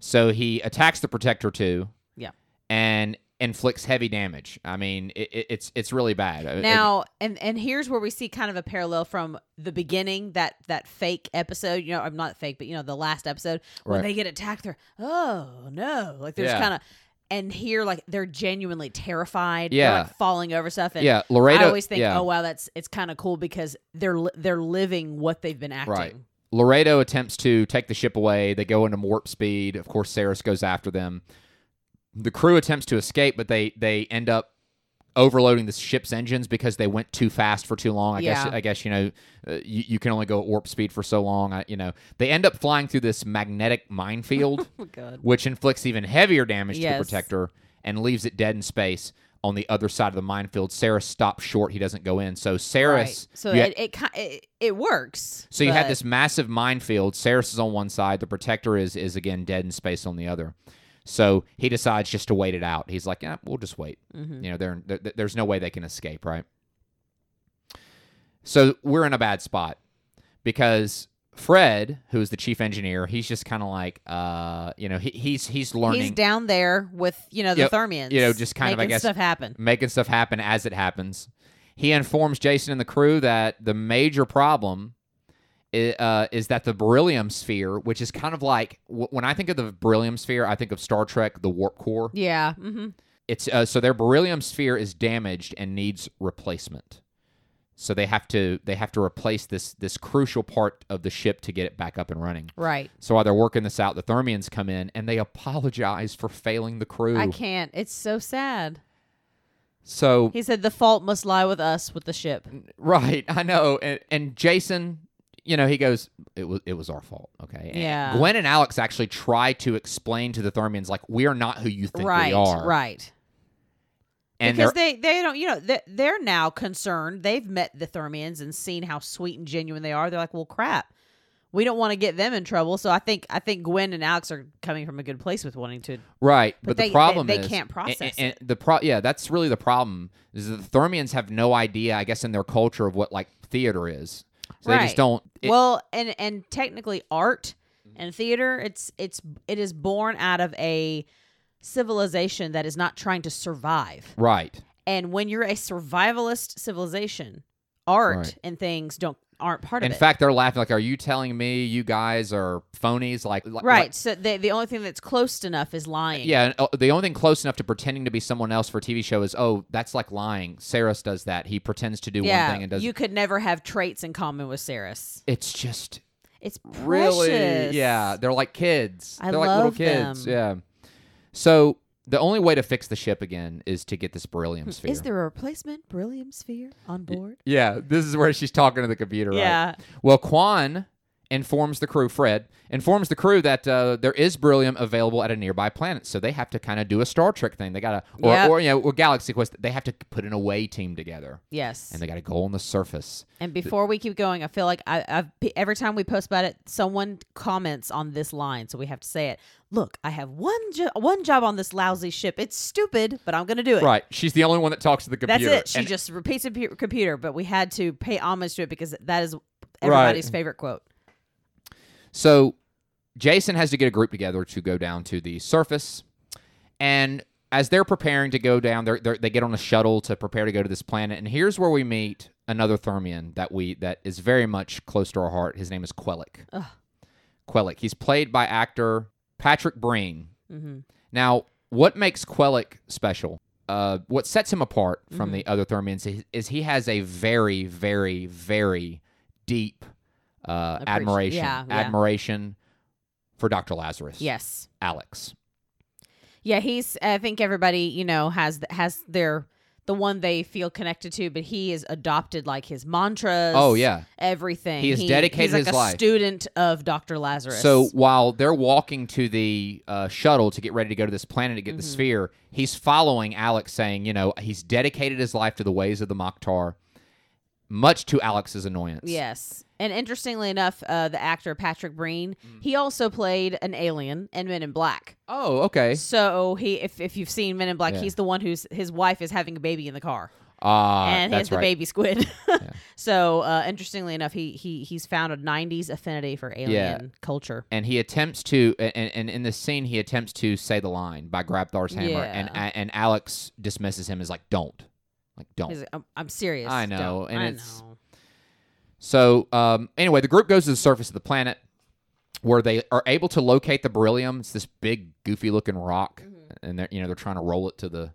S1: so he attacks the protector too
S2: Yeah.
S1: and inflicts heavy damage i mean it, it- it's it's really bad Uh, it-
S2: Now, and and here's where we see kind of a parallel from the beginning that that fake episode. You know, I'm not fake, but you know, the last episode when
S1: Right.
S2: they get attacked, they're oh no, like there's
S1: Yeah.
S2: kind of, and here like they're genuinely terrified. They're,
S1: Yeah.
S2: like, falling over stuff. And
S1: yeah laredo
S2: I always think,
S1: yeah.
S2: oh wow, that's it's kind of cool because they're li- they're living what they've been acting.
S1: Right. Laredo attempts to take the ship away. They go into warp speed. Of course, Saris goes after them. The crew attempts to escape, but they they end up overloading the ship's engines because they went too fast for too long. I
S2: Yeah.
S1: guess I guess you know uh, you, you can only go at warp speed for so long. I, you know they end up flying through this magnetic minefield,
S2: Oh god.
S1: which inflicts even heavier damage to
S2: Yes.
S1: the protector and leaves it dead in space. On the other side of the minefield, Saris stops short. He doesn't go in. So Saris,
S2: Right. So
S1: you-
S2: it, it ki- it it works.
S1: so you had
S2: but-
S1: this massive minefield. Saris is on one side. The protector is is again dead in space on the other. So he decides just to wait it out. He's like, eh, we'll just wait.
S2: Mhm.
S1: You know, they're, there- there's no way they can escape, right? So we're in a bad spot because Fred, who is the chief engineer, he's just kind of like, uh, you know, he, he's he's learning,
S2: He's down there with you know the
S1: Yep.
S2: Thermians.
S1: You know, just kind of, I
S2: making
S1: guess-
S2: stuff happen.
S1: making stuff happen as it happens. He informs Jason and the crew that the major problem i- uh, is that the beryllium sphere, which is kind of like w- when I think of the beryllium sphere, I think of Star Trek, the warp core.
S2: Yeah. hmm
S1: It's uh, so their beryllium sphere is damaged and needs replacement. So they have to they have to replace this this crucial part of the ship to get it back up and running.
S2: Right.
S1: So while they're working this out, the Thermians come in and they apologize for failing the crew.
S2: I can't. It's so sad.
S1: So
S2: He said the fault must lie with us with the ship.
S1: Right, I know. And, and Jason, you know, he goes, "It was it was our fault." Okay. And
S2: Yeah.
S1: Gwen and Alex actually try to explain to the Thermians like we are not who you think we
S2: right,
S1: are.
S2: right.
S1: And
S2: because
S1: they're
S2: they they don't you know they, they're now concerned. They've met the Thermians and seen how sweet and genuine they are. They're like, well, crap. We don't want to get them in trouble, so I think I think Gwen and Alex are coming from a good place with wanting to.
S1: right, but,
S2: but they-
S1: the
S2: they-
S1: problem
S2: they
S1: is
S2: can't process
S1: and, and- and the pro. Yeah, that's really the problem. Is that the Thermians have no idea, I guess, in their culture of what like theater is. So they
S2: Right.
S1: just don't. it- Mm-hmm.
S2: well, and and technically art and theater, it's it's it is born out of a civilization that is not trying to survive.
S1: right.
S2: And when you're a survivalist civilization, art
S1: Right.
S2: and things don't aren't part
S1: In
S2: of it.
S1: fact, they're laughing like, "Are you telling me you guys are phonies?" Like, like-
S2: right. so the the only thing that's close enough is lying.
S1: Yeah, and, uh, the only thing close enough to pretending to be someone else for a TV show is oh, that's like lying. Saras does that. He pretends to do
S2: Yeah,
S1: one thing and does.
S2: you could never have traits in common with Saris.
S1: it's just
S2: It's
S1: really,
S2: precious.
S1: yeah. They're like kids.
S2: I
S1: they're like little
S2: love
S1: kids.
S2: them.
S1: Yeah. So the only way to fix the ship again is to get this beryllium sphere.
S2: Hmm, Is there a replacement beryllium sphere on board?
S1: yeah, this is where she's talking to the computer. right?
S2: Yeah.
S1: Well, Quan informs the crew, Fred informs the crew that uh, there is beryllium available at a nearby planet, so they have to kind of do a Star Trek thing. They gotta, or,
S2: Yep.
S1: or you know, or Galaxy Quest. They have to put an away team together,
S2: Yes.
S1: and they gotta go on the surface.
S2: And before we keep going, I feel like I, I've pe- every time we post about it, someone comments on this line, so we have to say it. Look, I have one jo- one job on this lousy ship. It's stupid, but I'm going to do it.
S1: Right. She's the only one that talks to the
S2: That's
S1: computer.
S2: it. She
S1: and
S2: just repeats the pu- computer, but we had to pay homage to it because that is everybody's favorite quote.
S1: So Jason has to get a group together to go down to the surface. And as they're preparing to go down, they're, they're, they get on a shuttle to prepare to go to this planet. And here's where we meet another Thermian that we that is very much close to our heart. His name is Quellic.
S2: Ugh.
S1: Quellic. He's played by actor Patrick Breen.
S2: hmm
S1: Now, what makes Quellic special? Uh, what sets him apart
S2: Mm-hmm.
S1: from the other Thermians is, is he has a very, very, very deep uh,
S2: Appreci-
S1: admiration,
S2: yeah, yeah.
S1: admiration for Dr. Lazarus.
S2: Yes.
S1: Alex.
S2: Yeah, he's. I think everybody you know has th- has their the one they feel connected to, but he is adopted like his mantras.
S1: Oh yeah.
S2: everything.
S1: He has dedicated
S2: he's like
S1: his
S2: a
S1: life.
S2: Student of Doctor Lazarus.
S1: So while they're walking to the uh, shuttle to get ready to go to this planet to get
S2: Mm-hmm.
S1: the sphere, he's following Alex, saying, you know, he's dedicated his life to the ways of the Mokhtar, much to Alex's annoyance.
S2: yes, and interestingly enough, uh, the actor Patrick Breen,
S1: Mm-hmm.
S2: he also played an alien in Men in Black.
S1: Oh, okay.
S2: So he, if if you've seen Men in Black,
S1: Yeah.
S2: he's the one who's his wife is having a baby in the car,
S1: Ah,
S2: and
S1: that's
S2: he's the
S1: right.
S2: baby squid. So uh, interestingly enough, he he he's found a '90s affinity for alien culture.
S1: and he attempts to and, and in this scene he attempts to say the line by Grabthar's hammer and
S2: Yeah.
S1: and Alex dismisses him as like don't like don't
S2: He's like, I'm, I'm serious.
S1: Oh. I know,
S2: Don't.
S1: and
S2: I
S1: it's-
S2: know.
S1: so um, anyway the group goes to the surface of the planet where they are able to locate the beryllium it's this big goofy looking rock
S2: Mm-hmm.
S1: and they're you know they're trying to roll it to the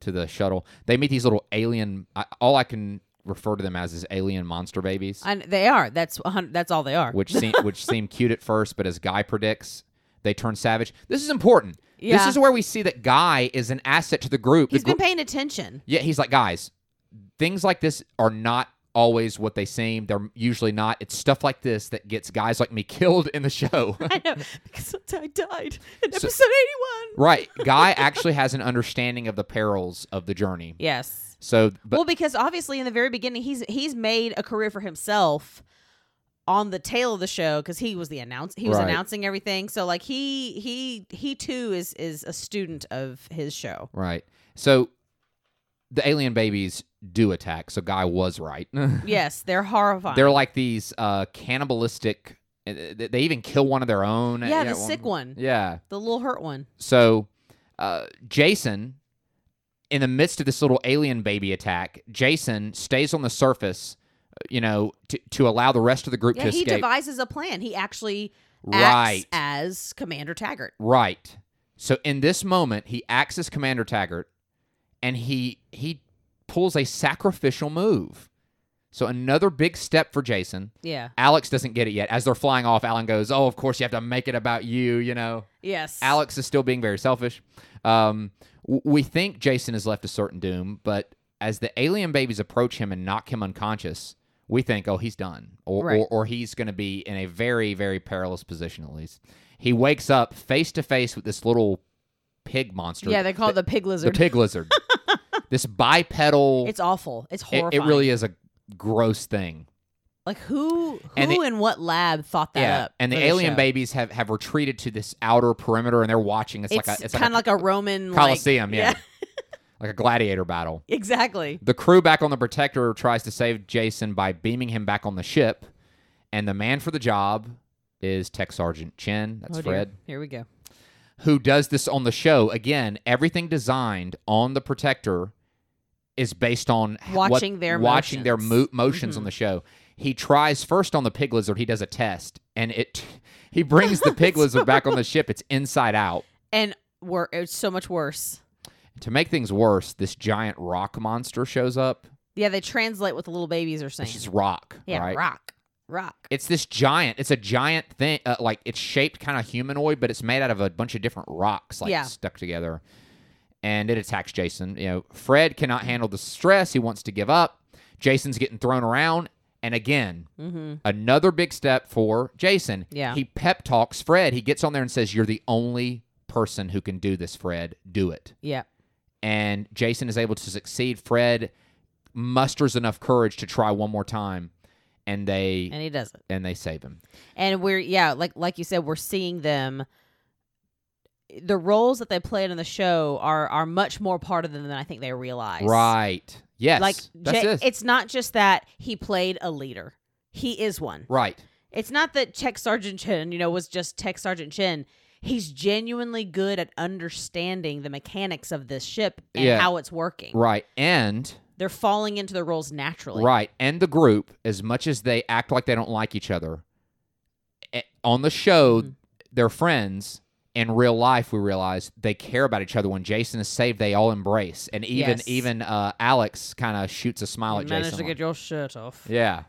S1: to the shuttle they meet these little alien I, all I can refer to them as is alien monster babies
S2: And they are. That's a hun- that's all they are.
S1: which seem which seem cute at first, but as Guy predicts, they turn savage. This is important. This
S2: Yeah.
S1: is where we see that Guy is an asset to the group. The
S2: He's been
S1: grou-
S2: paying attention.
S1: yeah, he's like, guys, things like this are not always what they seem. They're usually not. It's stuff like this that gets guys like me killed in the show.
S2: I know because I died in
S1: So-
S2: episode eighty-one.
S1: right. Guy actually has an understanding of the perils of the journey.
S2: Yes.
S1: So, but
S2: well, because obviously in the very beginning he's he's made a career for himself on the tail of the show because he was the announce he was
S1: Right.
S2: announcing everything. So like he he he too is is a student of his show.
S1: right. So the alien babies do attack. So Guy was right.
S2: Yes, they're horrifying.
S1: They're like these uh, cannibalistic. uh, They they even kill one of their own.
S2: yeah, the sick one,
S1: Yeah.
S2: the little hurt one.
S1: So uh, Jason, in the midst of this little alien baby attack, Jason stays on the surface, uh, you know, to, to allow the rest of the group
S2: Yeah,
S1: to
S2: he
S1: escape.
S2: devises a plan. He actually
S1: Right.
S2: acts as Commander Taggart.
S1: Right. So in this moment, he acts as Commander Taggart, and he he pulls a sacrificial move. So another big step for Jason.
S2: Yeah.
S1: Alex doesn't get it yet. As they're flying off, Alan goes, "Oh, of course you have to make it about you," you know.
S2: Yes.
S1: Alex is still being very selfish. Um, w- we think Jason is left to certain doom, but as the alien babies approach him and knock him unconscious, we think, oh, he's done, or
S2: Right.
S1: or, or he's going to be in a very very perilous position at least. He wakes up face to face with this little pig monster.
S2: Yeah, they call it the pig
S1: the
S2: lizard.
S1: pig lizard. this bipedal.
S2: it's awful. It's
S1: it,
S2: horrifying.
S1: it really is a gross thing.
S2: like who who
S1: And
S2: and
S1: the-
S2: what lab thought that
S1: yeah,
S2: up?
S1: and the
S2: for
S1: alien
S2: show?
S1: babies have have retreated to this outer perimeter, and they're watching. It's,
S2: It's,
S1: like a it's
S2: kind of
S1: like
S2: like a Roman
S1: a
S2: like-
S1: coliseum, yeah, like a gladiator battle.
S2: exactly.
S1: The crew back on the Protector tries to save Jason by beaming him back on the ship, and the man for the job is Tech Sergeant Chen. That's
S2: Oh, dear.
S1: Fred,
S2: Here we go.
S1: who does this on the show. Again, everything designed on the Protector is based on h- what-
S2: Watching their
S1: watching their mo-
S2: motions. Mm-hmm.
S1: motions on the show. He tries first on the pig lizard. He does a test, and it he brings the pig lizard back on the ship. It's inside out.
S2: And wor- it's so much worse.
S1: To make things worse, this giant rock monster shows up.
S2: Yeah, they translate what the little babies are saying.
S1: It's just rock,
S2: yeah,
S1: right?
S2: rock, rock.
S1: it's this giant it's a giant thing uh, like it's shaped kind of humanoid but it's made out of a bunch of different rocks like
S2: Yeah.
S1: stuck together and it attacks jason you know fred cannot handle the stress he wants to give up jason's getting thrown around and again
S2: Mm-hmm.
S1: another big step for jason
S2: Yeah.
S1: he pep talks fred he gets on there and says you're the only person who can do this fred do it
S2: Yeah,
S1: and Jason is able to succeed. Fred musters enough courage to try one more time, and they and,
S2: and he does it.
S1: they save him.
S2: And we're yeah, like like you said, we're seeing them. The roles that they played in the show are are much more part of them than I think they realize.
S1: Right? Yes.
S2: Like
S1: that's
S2: Ja-
S1: it.
S2: it's not just that he played a leader. He is one.
S1: Right.
S2: It's not that Tech Sergeant Chin, you know, was just Tech Sergeant Chin. He's genuinely good at understanding the mechanics of this ship and
S1: Yeah.
S2: how it's working.
S1: Right. And
S2: They're falling into their roles naturally.
S1: right. And the group, as much as they act like they don't like each other, eh, on the show,
S2: Mhm.
S1: they're friends. In real life, we realize they care about each other. When Jason is saved, they all embrace, and even
S2: Yes.
S1: even uh, Alex kind of shoots a smile at Jason. like,
S2: your shirt off.
S1: Yeah.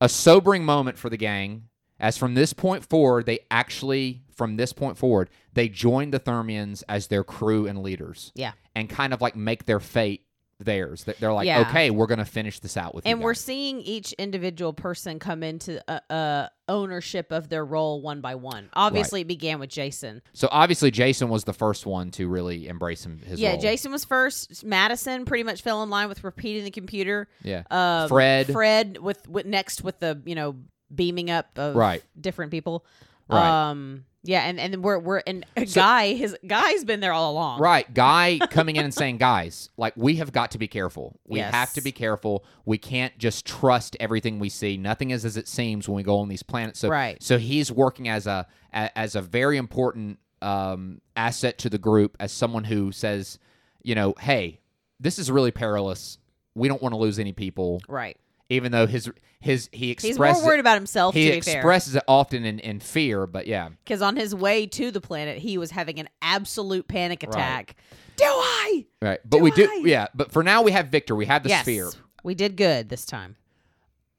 S1: a sobering moment for the gang as from this point forward, they actually, from this point forward, they join the Thermians as their crew and leaders.
S2: Yeah.
S1: And kind of like make their fate theirs. That They're like,
S2: Yeah.
S1: okay, we're going to finish this out with you
S2: And we're
S1: guys."
S2: seeing each individual person come into uh, uh, ownership of their role one by one. Obviously, it began with Jason.
S1: So obviously, Jason was the first one to really embrace him, his
S2: yeah,
S1: role.
S2: Jason was first. Madison pretty much fell in line with repeating the computer.
S1: Yeah.
S2: Um,
S1: Fred.
S2: Fred with, with next with the you know beaming up of
S1: Right.
S2: different people.
S1: Right.
S2: Um. Yeah, and and we're we're and
S1: So-
S2: guy his guy's been there all along.
S1: Right. Guy coming in and saying, guys, like, we have got to be careful. We have to
S2: Yes.
S1: be careful. We can't just trust everything we see. Nothing is as it seems when we go on these planets. So,
S2: Right.
S1: so he's working as a, a as a very important um, asset to the group, as someone who says, you know, hey, this is really perilous. We don't want to lose any people,
S2: Right.
S1: even though his his he
S2: He's
S1: expresses
S2: more worried about himself.
S1: he
S2: to be fair.
S1: expresses it often in, in fear. But yeah,
S2: because on his way to the planet, he was having an absolute panic attack. Do I?
S1: right. But
S2: Do
S1: we do,
S2: I?
S1: yeah. But for now, we have Victor. We have the
S2: yes,
S1: sphere.
S2: we did good this time.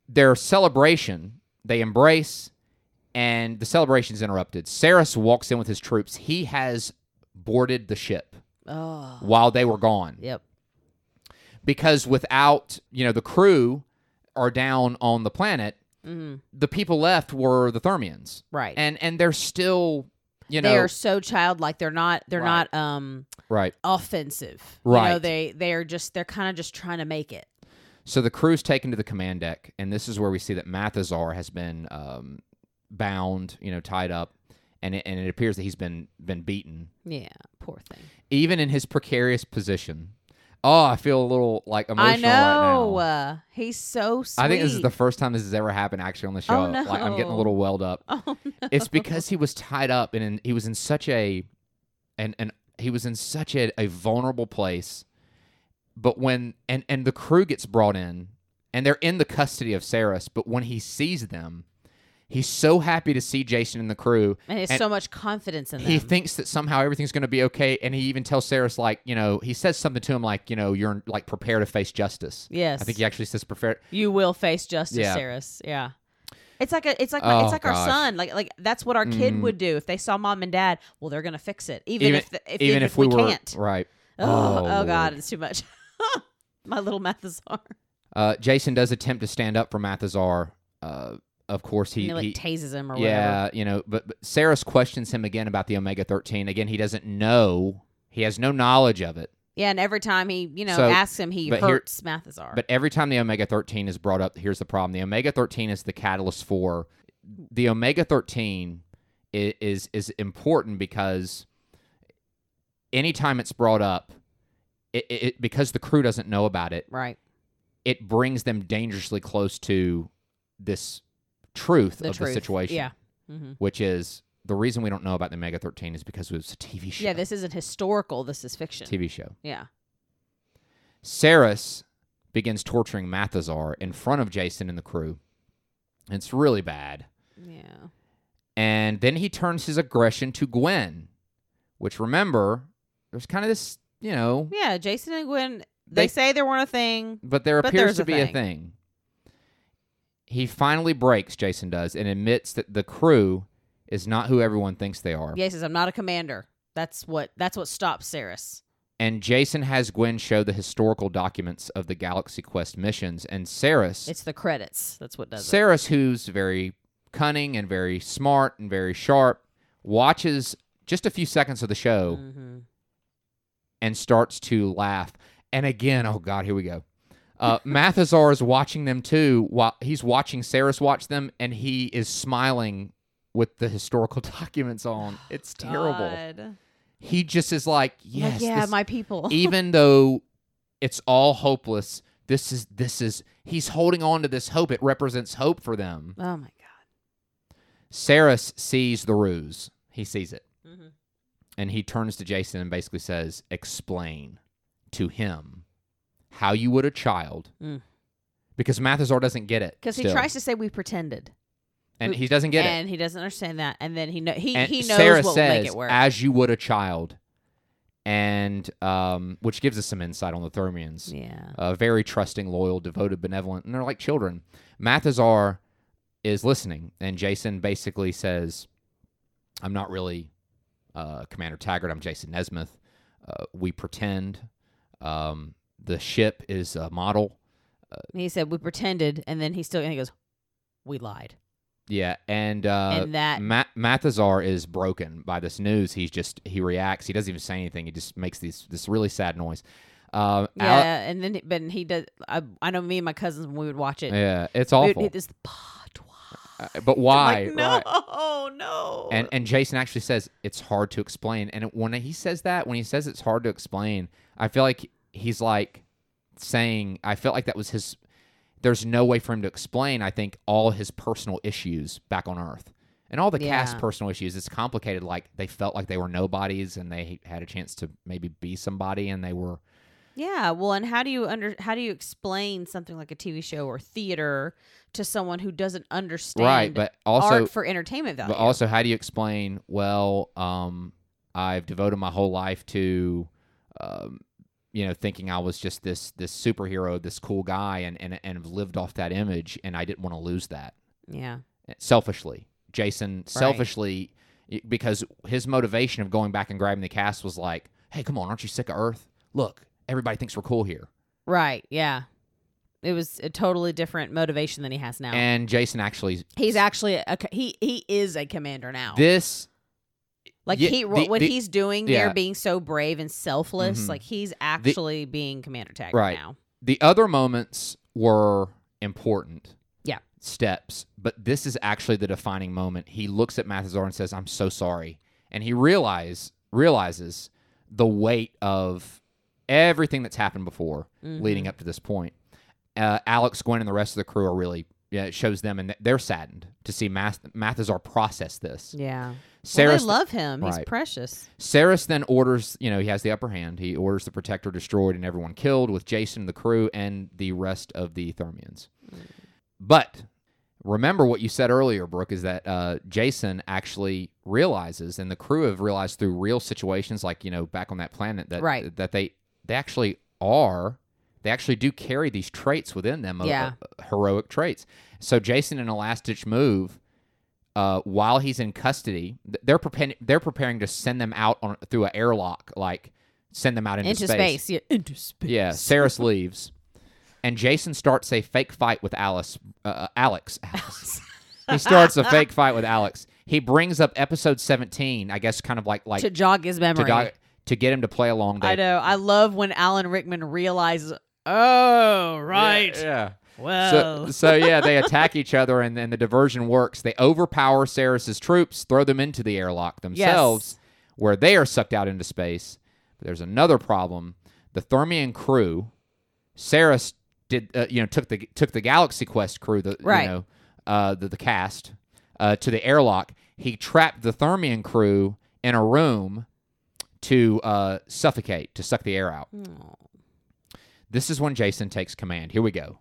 S1: their celebration, they embrace, and the celebration's interrupted. Saris walks in with his troops. He has boarded the ship
S2: Oh,
S1: while they were gone.
S2: yep.
S1: Because without, you know, the crew are down on the planet,
S2: Mm,
S1: the people left were the Thermians.
S2: right.
S1: And and they're still, you know,
S2: they are so childlike. They're not. They're
S1: Right.
S2: not um
S1: right.
S2: offensive. You know,
S1: Right.
S2: they they are just. They're kind of just trying to make it.
S1: So the crew's taken to the command deck, and this is where we see that Mathazar has been um, bound, you know, tied up, and it, and it appears that he's been been beaten.
S2: Yeah. Poor thing.
S1: even in his precarious position. Oh, I feel a little like emotional
S2: I know.
S1: right now.
S2: Uh, he's so sweet.
S1: I think this is the first time this has ever happened actually on the show.
S2: Oh, no.
S1: Like I'm getting a little welled up.
S2: Oh, no.
S1: It's because he was tied up and in, he was in such a and and he was in such a, a vulnerable place. But when and and the crew gets brought in and they're in the custody of Saris, but when he sees them, he's so happy to see Jason and the crew
S2: and it's
S1: and-
S2: so much confidence in them.
S1: he thinks that somehow everything's going to be okay and he even tells Saris like you know he says something to him like you know you're like prepare to face justice
S2: yes.
S1: i think he actually says prepare
S2: You will face justice,
S1: Yeah.
S2: Saris. Yeah. It's like a, it's like my,
S1: Oh,
S2: it's like
S1: gosh.
S2: our son. Like like that's what our kid
S1: Mm.
S2: would do if they saw mom and dad. Well, they're gonna fix it, even, if the, if, even if we,
S1: were
S2: can't.
S1: right
S2: Oh,
S1: Oh,
S2: oh,
S1: Lord.
S2: God, it's too much. my little Mathazar.
S1: Uh, Jason does attempt to stand up for Mathazar. Uh, of course, he,
S2: and it like
S1: he
S2: tases him or
S1: yeah, you know, but, but Saris questions him again about the omega thirteen. Again, he doesn't know. He has no knowledge of it.
S2: Yeah, and every time he, you know,
S1: So,
S2: asks him, he
S1: but here-
S2: hurts Mathazar.
S1: But every time the omega 13 is brought up, here's the problem. The omega 13 is the catalyst for the omega 13 i- is is important because anytime it's brought up, it, it, it because the crew doesn't know about it,
S2: right.
S1: it brings them dangerously close to this truth
S2: The
S1: of
S2: truth.
S1: the situation,
S2: Yeah. hmm
S1: which is the reason we don't know about the omega 13 is because it was a TV show.
S2: Yeah, this isn't historical. This is fiction.
S1: TV show.
S2: Yeah.
S1: Saris begins torturing Mathazar in front of Jason and the crew. It's really bad.
S2: Yeah.
S1: And then he turns his aggression to Gwen, which remember, there's kind of this, you know,
S2: Yeah, Jason and Gwen, they,
S1: They-
S2: say they weren't a thing.
S1: but there
S2: But
S1: appears
S2: there's
S1: to
S2: a
S1: be a
S2: thing.
S1: thing. He finally breaks, Jason does, and admits that the crew is not who everyone thinks they are.
S2: Yeah, he says, I'm not a commander. That's what that's what stops Saris.
S1: And Jason has Gwen show the historical documents of the Galaxy Quest missions, and Saris
S2: It's the credits. That's what does
S1: Saris, who's very cunning and very smart and very sharp, watches just a few seconds of the
S2: it.
S1: show
S2: hmm
S1: and starts to laugh. And again, oh God, here we go. Uh, Mathazar is watching them too. While he's watching Saris watch them, and he is smiling with the historical documents on.
S2: Oh,
S1: It's terrible. He just is like, yes,
S2: yeah,
S1: this- E
S2: my people.
S1: even though it's all hopeless. This is this is he's holding on to this hope. It represents hope for them.
S2: oh my
S1: Saris sees the ruse. He sees it.
S2: god.
S1: And he turns to Jason and basically says, Explain to him how you would a child.
S2: Mm.
S1: Because Mathazar doesn't get it.
S2: Because he
S1: still.
S2: tries to say we pretended,
S1: And he doesn't get
S2: and he doesn't understand that, and then he know he,
S1: it. And
S2: he knows
S1: Sarah
S2: what
S1: says,
S2: will make it work.
S1: As you would a child. And um, which gives us some insight on the Thermians.
S2: yeah.
S1: uh, very trusting, loyal, devoted, benevolent, and they're like children. Mathazar is listening, and Jason basically says, "I'm not really uh, Commander Taggart. I'm Jason Nesmith. Uh, we pretend. Um, the ship is a model.
S2: And he said we pretended, and then he still and he goes, we lied,
S1: Yeah, and uh,
S2: and that
S1: Ma- Mathazar is broken by this news. He's just he reacts. He doesn't even say anything. He just makes these this really sad noise. Uh,
S2: yeah,
S1: Al-
S2: and then but he does. I, I know me and my cousins when we would watch it.
S1: yeah, it's
S2: we would
S1: awful.
S2: hit this patois.
S1: Uh, but why?
S2: Like, no,
S1: Right.
S2: no.
S1: And and Jason actually says it's hard to explain. And it- when he says that, when he says it's hard to explain, I feel like he's like saying I felt like that was his. There's no way for him to explain. I think all his personal issues back on Earth and all the cast
S2: Yeah.
S1: personal issues. It's complicated. Like they felt like they were nobodies and they had a chance to maybe be somebody, and they were
S2: yeah, well, and how do you under how do you explain something like a TV show or theater to someone who doesn't understand
S1: right. But also,
S2: art for entertainment value?
S1: But also, how do you explain? Well, um, I've devoted my whole life to, um, you know, thinking I was just this this superhero, this cool guy, and and and have lived off that image, and I didn't want to lose that eh,
S2: yeah,
S1: selfishly. Jason selfishly, y- because his motivation of going back and grabbing the cast was like, "Hey, come on, aren't you sick of Earth? Look, everybody thinks we're cool here."
S2: right, yeah. It was a totally different motivation than he has now.
S1: And Jason actually,
S2: He's actually a co- he he is a commander now.
S1: this
S2: like
S1: yeah,
S2: he
S1: the-
S2: what
S1: the-
S2: he's doing
S1: yeah.
S2: there, being so brave and selfless,
S1: Mhm.
S2: like he's actually being commander tag
S1: Right.
S2: now.
S1: the other moments were important.
S2: Yeah.
S1: Steps, but this is actually the defining moment. He looks at Mathazar and says, "I'm so sorry," and he realize realizes the weight of everything that's happened before,
S2: Mm-hmm.
S1: leading up to this point. Uh, Alex, Gwen, and the rest of the crew are really yeah. It shows them, and they're saddened to see Math- Mathazar process this.
S2: Yeah, well,
S1: Sarah's
S2: they love him. He's
S1: right.
S2: precious.
S1: Saris then orders, you know, he has the upper hand. He orders the protector destroyed and everyone killed, with Jason, the crew, and the rest of the Thermians.
S2: Mm.
S1: But remember what you said earlier, Brooke, is that uh, Jason actually realizes, and the crew have realized through real situations, like you know, back on that planet, that
S2: Right.
S1: that they they actually are, they actually do carry these traits within them, of,
S2: Yeah.
S1: of heroic traits. So Jason, in a last ditch move, uh, while he's in custody, th- they're preparing they're preparing to send them out on through an airlock, like send them out into,
S2: Into space. yeah, into space.
S1: Yeah, Saris leaves. and Jason starts a fake fight with Alice. Uh, Alex. Alice. he starts a fake fight with Alex. He brings up episode seventeen, I guess, kind of like like
S2: to jog his memory.
S1: to, di- to get him to play along. They-
S2: I know. I love when Alan Rickman realizes, oh,
S1: Yeah,
S2: right.
S1: yeah.
S2: Well,
S1: So, so yeah, they attack each other, and then the diversion works. They overpower Saris's troops, throw them into the airlock themselves, where they are sucked out into space. But there's another problem: the Thermian crew, Saris did, uh, you know, took the took the Galaxy Quest crew, the
S2: Right.
S1: you know, uh, the, the cast, uh, to the airlock. He trapped the Thermian crew in a room to uh, suffocate, to suck the air out.
S2: Aw,
S1: This is when Jason takes command. Here we go.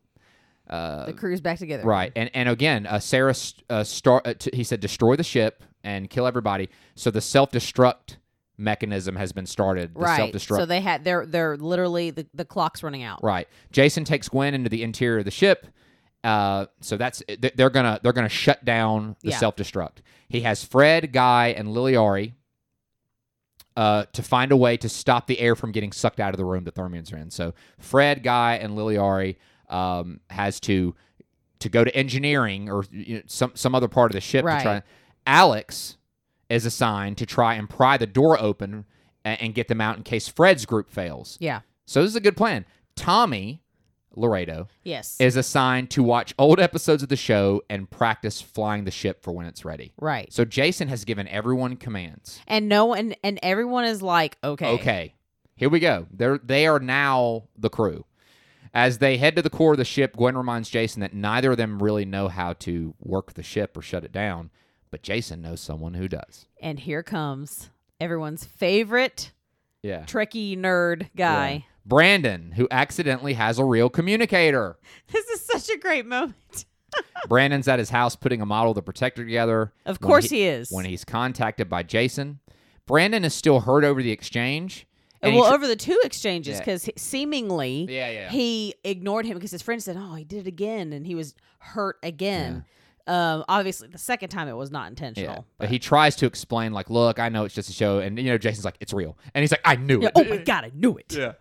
S1: Uh,
S2: the crew's back together.
S1: Right, and and again, uh, Sarah st- uh, star- uh, t- he said destroy the ship and kill everybody. So the self destruct mechanism has been started. The
S2: Right.
S1: self-destruct.
S2: So they had they're they're literally the, the clock's running out.
S1: right. Jason takes Gwen into the interior of the ship. Uh, so that's th- they're gonna they're gonna shut down the
S2: Yeah.
S1: self destruct. He has Fred, Guy, and Liliari. Uh, to find a way to stop the air from getting sucked out of the room the Thermians are in. So Fred, Guy, and Liliari um, has to to go to engineering or you know, some some other part of the ship to try.
S2: Right.
S1: Alex is assigned to try and pry the door open a- and get them out in case Fred's group fails.
S2: Yeah.
S1: So this is a good plan. Tommy Laredo
S2: Yes.
S1: is assigned to watch old episodes of the show and practice flying the ship for when it's ready.
S2: right.
S1: So Jason has given everyone commands.
S2: And no one and everyone is like, okay.
S1: Okay. Here we go. They're they are now the crew. As they head to the core of the ship, Gwen reminds Jason that neither of them really know how to work the ship or shut it down, but Jason knows someone who does.
S2: And here comes everyone's favorite
S1: Yeah.
S2: Trekkie nerd guy.
S1: Brandon, who accidentally has a real communicator.
S2: This is such a great moment.
S1: Brandon's at his house putting a model of the protector together.
S2: Of
S1: When
S2: course he, is.
S1: When he's contacted by Jason, Brandon is still hurt over the exchange. and he
S2: well,
S1: tr-
S2: over the two exchanges,
S1: Yeah.
S2: because seemingly
S1: yeah, yeah.
S2: he ignored him because his friend said, "Oh, he did it again," and he was hurt again. Um, obviously, the second time it was not intentional.
S1: Yeah.
S2: but-
S1: But he tries to explain, like, look, I know it's just a show. And, you know, Jason's like, it's real. And he's like, I knew
S2: Yeah,
S1: it.
S2: oh my god, I knew it.
S1: Yeah.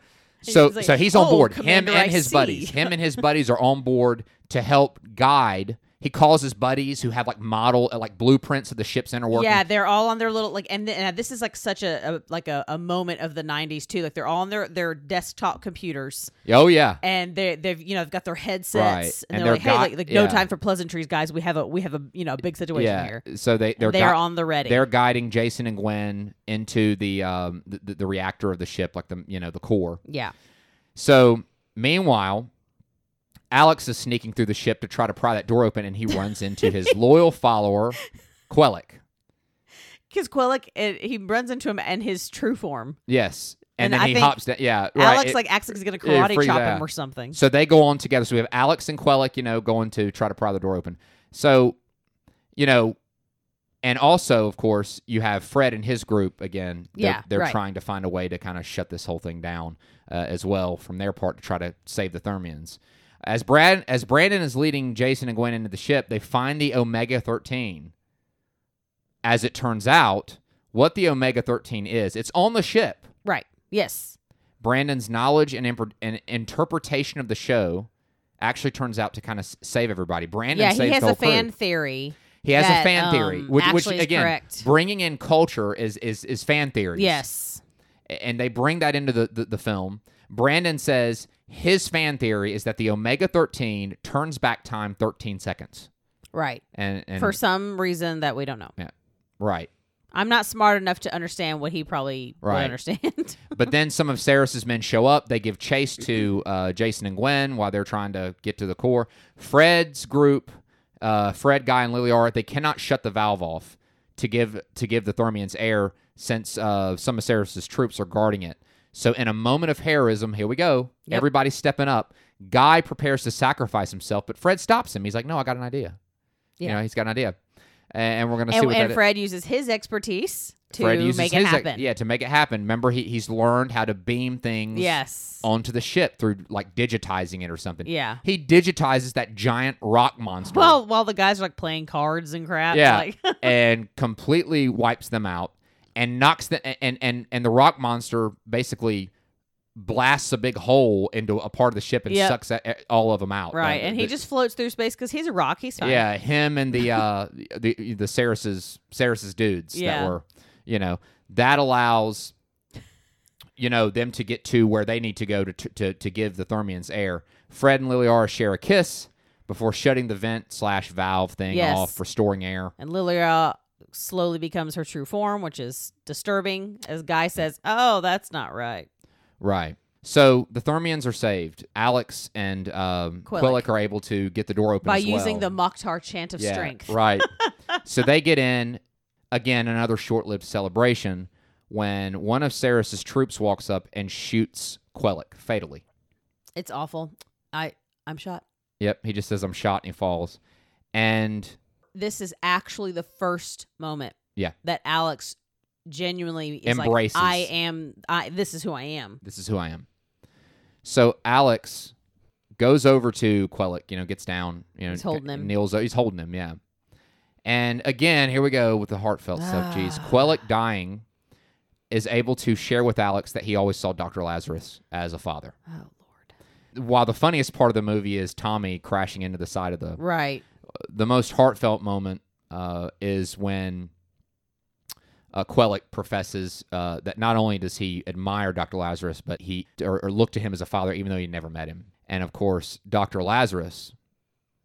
S1: So,
S2: He's like,
S1: so he's on
S2: "Oh,
S1: board.
S2: Commander,
S1: him and
S2: I
S1: his
S2: see."
S1: buddies. Him and his buddies are on board to help guide. He calls his buddies who have like model, uh, like blueprints of the ship's inner working.
S2: Yeah, they're all on their little like, and, th- and this is like such a, a like a, a moment of the '90s too. Like they're all on their their desktop computers,
S1: Oh yeah.
S2: and they they've you know they've got their headsets,
S1: Right. And
S2: and, they're,
S1: they're
S2: like,
S1: got-
S2: "Hey, like, like, no
S1: yeah.
S2: time for pleasantries, guys. We have a we have a you know a big situation here.
S1: Yeah. So they they're
S2: They're
S1: gui-
S2: on the ready.
S1: they're guiding Jason and Gwen into the um the, the, the reactor of the ship, like the you know the core.
S2: yeah,
S1: So meanwhile, Alex is sneaking through the ship to try to pry that door open, and he runs into his loyal follower, Quellic.
S2: because Quellic it, he runs into him and his true form.
S1: Yes,
S2: And
S1: and,
S2: I
S1: then he
S2: think
S1: hops down. Yeah, right.
S2: Alex
S1: It-
S2: like acts like he's gonna
S1: yeah,
S2: karate
S1: freeze
S2: chop
S1: out.
S2: him or something.
S1: so they go on together. So we have Alex and Quellic, you know, going to try to pry the door open. So, you know, and also of course you have Fred and his group again. They're,
S2: Yeah,
S1: they're
S2: right.
S1: trying to find a way to kind of shut this whole thing down uh, as well from their part to try to save the Thermians. As Brad as Brandon is leading Jason and Gwen into the ship, they find the Omega thirteen. As it turns out, what the Omega thirteen is, it's on the ship.
S2: Right. Yes.
S1: Brandon's knowledge and, imp- and interpretation of the show actually turns out to kind of s- save everybody. Brandon
S2: yeah,
S1: saves
S2: he has
S1: the whole
S2: a fan
S1: crew.
S2: theory.
S1: He has
S2: that,
S1: a fan theory,
S2: um,
S1: which, which
S2: actually is
S1: again,
S2: correct.
S1: bringing in culture is is is fan theory.
S2: Yes.
S1: and they bring that into the, the the film. Brandon says his fan theory is that the Omega Thirteen turns back time thirteen seconds,
S2: Right.
S1: and and
S2: For some reason that we don't know.
S1: right.
S2: I'm not smart enough to understand what he probably would
S1: Right.
S2: understand.
S1: But then some of Saris's men show up. They give chase to uh, Jason and Gwen while they're trying to get to the core. Fred's group, uh, Fred, Guy, and Liliara, they cannot shut the valve off to give to give the Thermians air since uh, some of Saris's troops are guarding it. So in a moment of heroism, here we go.
S2: Yep.
S1: Everybody's stepping up. Guy prepares to sacrifice himself, but Fred stops him. He's like, "No, I got an idea. You
S2: Yeah.
S1: know, he's got an idea, and, and we're gonna see
S2: and
S1: what that
S2: and
S1: is."
S2: Fred uses his expertise to
S1: Fred uses
S2: make it
S1: his- uh,
S2: happen.
S1: yeah, to make it happen. Remember, he, he's learned how to beam things
S2: Yes.
S1: onto the ship through like digitizing it or something.
S2: Yeah.
S1: He digitizes that giant rock monster.
S2: Well, while the guys are like playing cards and crap.
S1: yeah,
S2: Like,
S1: and completely wipes them out and knocks the and and and the rock monster basically blasts a big hole into a part of the ship and
S2: Yep.
S1: sucks a- all of them out.
S2: Right.
S1: Uh,
S2: and he
S1: the-
S2: just floats through space because he's a rock. He's fine.
S1: yeah, him and the uh the the Saris's Saris's dudes
S2: Yeah.
S1: that were, you know, that allows you know them to get to where they need to go to to to give the Thermians air. Fred and Liliara share a kiss before shutting the vent slash valve thing
S2: Yes.
S1: off for storing air.
S2: And Lilia slowly becomes her true form, which is disturbing. As Guy says, Oh, that's not right.
S1: Right. So the Thermians are saved. Alex and um,
S2: Quillic.
S1: Quillic. are able to get the door open
S2: By
S1: as
S2: using
S1: well.
S2: the Mokhtar chant of
S1: Yeah,
S2: strength.
S1: Right. so they get in again another short-lived celebration when one of Saris's troops walks up and shoots Quellic fatally.
S2: It's awful. I I'm shot.
S1: Yep, he just says I'm shot and he falls. And
S2: This is actually the first moment
S1: Yeah.
S2: that Alex genuinely is
S1: Embraces.
S2: like I am I this is who I am.
S1: this is who I am. So Alex goes over to Quellic, you know, gets down, you know,
S2: He's holding him.
S1: Kneels, he's holding him, yeah. And again, here we go with the heartfelt stuff. Jeez,
S2: Ah.
S1: Quellic dying is able to share with Alex that he always saw Dr. Lazarus as a father.
S2: Oh lord.
S1: while the funniest part of the movie is Tommy crashing into the side of the
S2: Right.
S1: the most heartfelt moment uh, is when uh, Quellic professes uh, that not only does he admire Dr. Lazarus, but he or, or look to him as a father, even though he never met him. And of course, Dr. Lazarus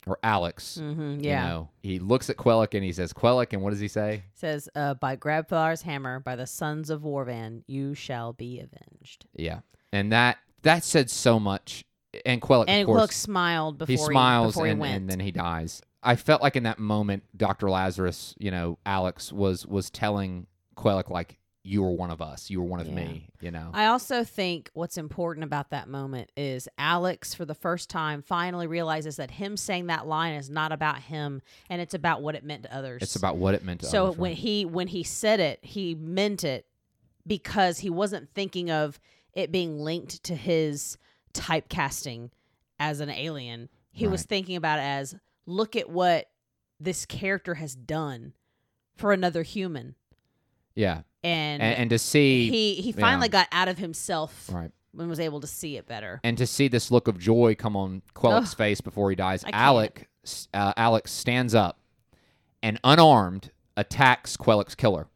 S1: or Alex,
S2: Mhm.
S1: you
S2: Yeah.
S1: know, he looks at Quellic and he says, "Quellic," and what does he say?
S2: Says, uh, by Grabthar's hammer, by the sons of Warvan, you shall be avenged.
S1: Yeah, and that that said so much. And Quellic, of
S2: and
S1: course,
S2: Quill smiled before
S1: he smiles
S2: before
S1: and,
S2: he went.
S1: and then he dies. I felt like in that moment, Doctor Lazarus, you know, Alex was was telling Quellic like, "You were one of us. You were one of
S2: Yeah.
S1: me." You know,
S2: I also think what's important about that moment is Alex, for the first time, finally realizes that him saying that line is not about him, and it's about what it meant to others.
S1: it's about what it meant to.
S2: so
S1: others,
S2: when
S1: right?
S2: he when he said it, he meant it because he wasn't thinking of it being linked to his typecasting as an alien. He was
S1: Right.
S2: thinking about it as look at what this character has done for another human,
S1: yeah,
S2: and,
S1: and, and to see
S2: he he finally got out of himself
S1: right,
S2: and was able to see it better.
S1: and to see this look of joy come on Quellic's
S2: Ugh.
S1: face before he dies,
S2: I can't.
S1: Alec s- uh, Alex stands up and unarmed attacks Quellic's killer,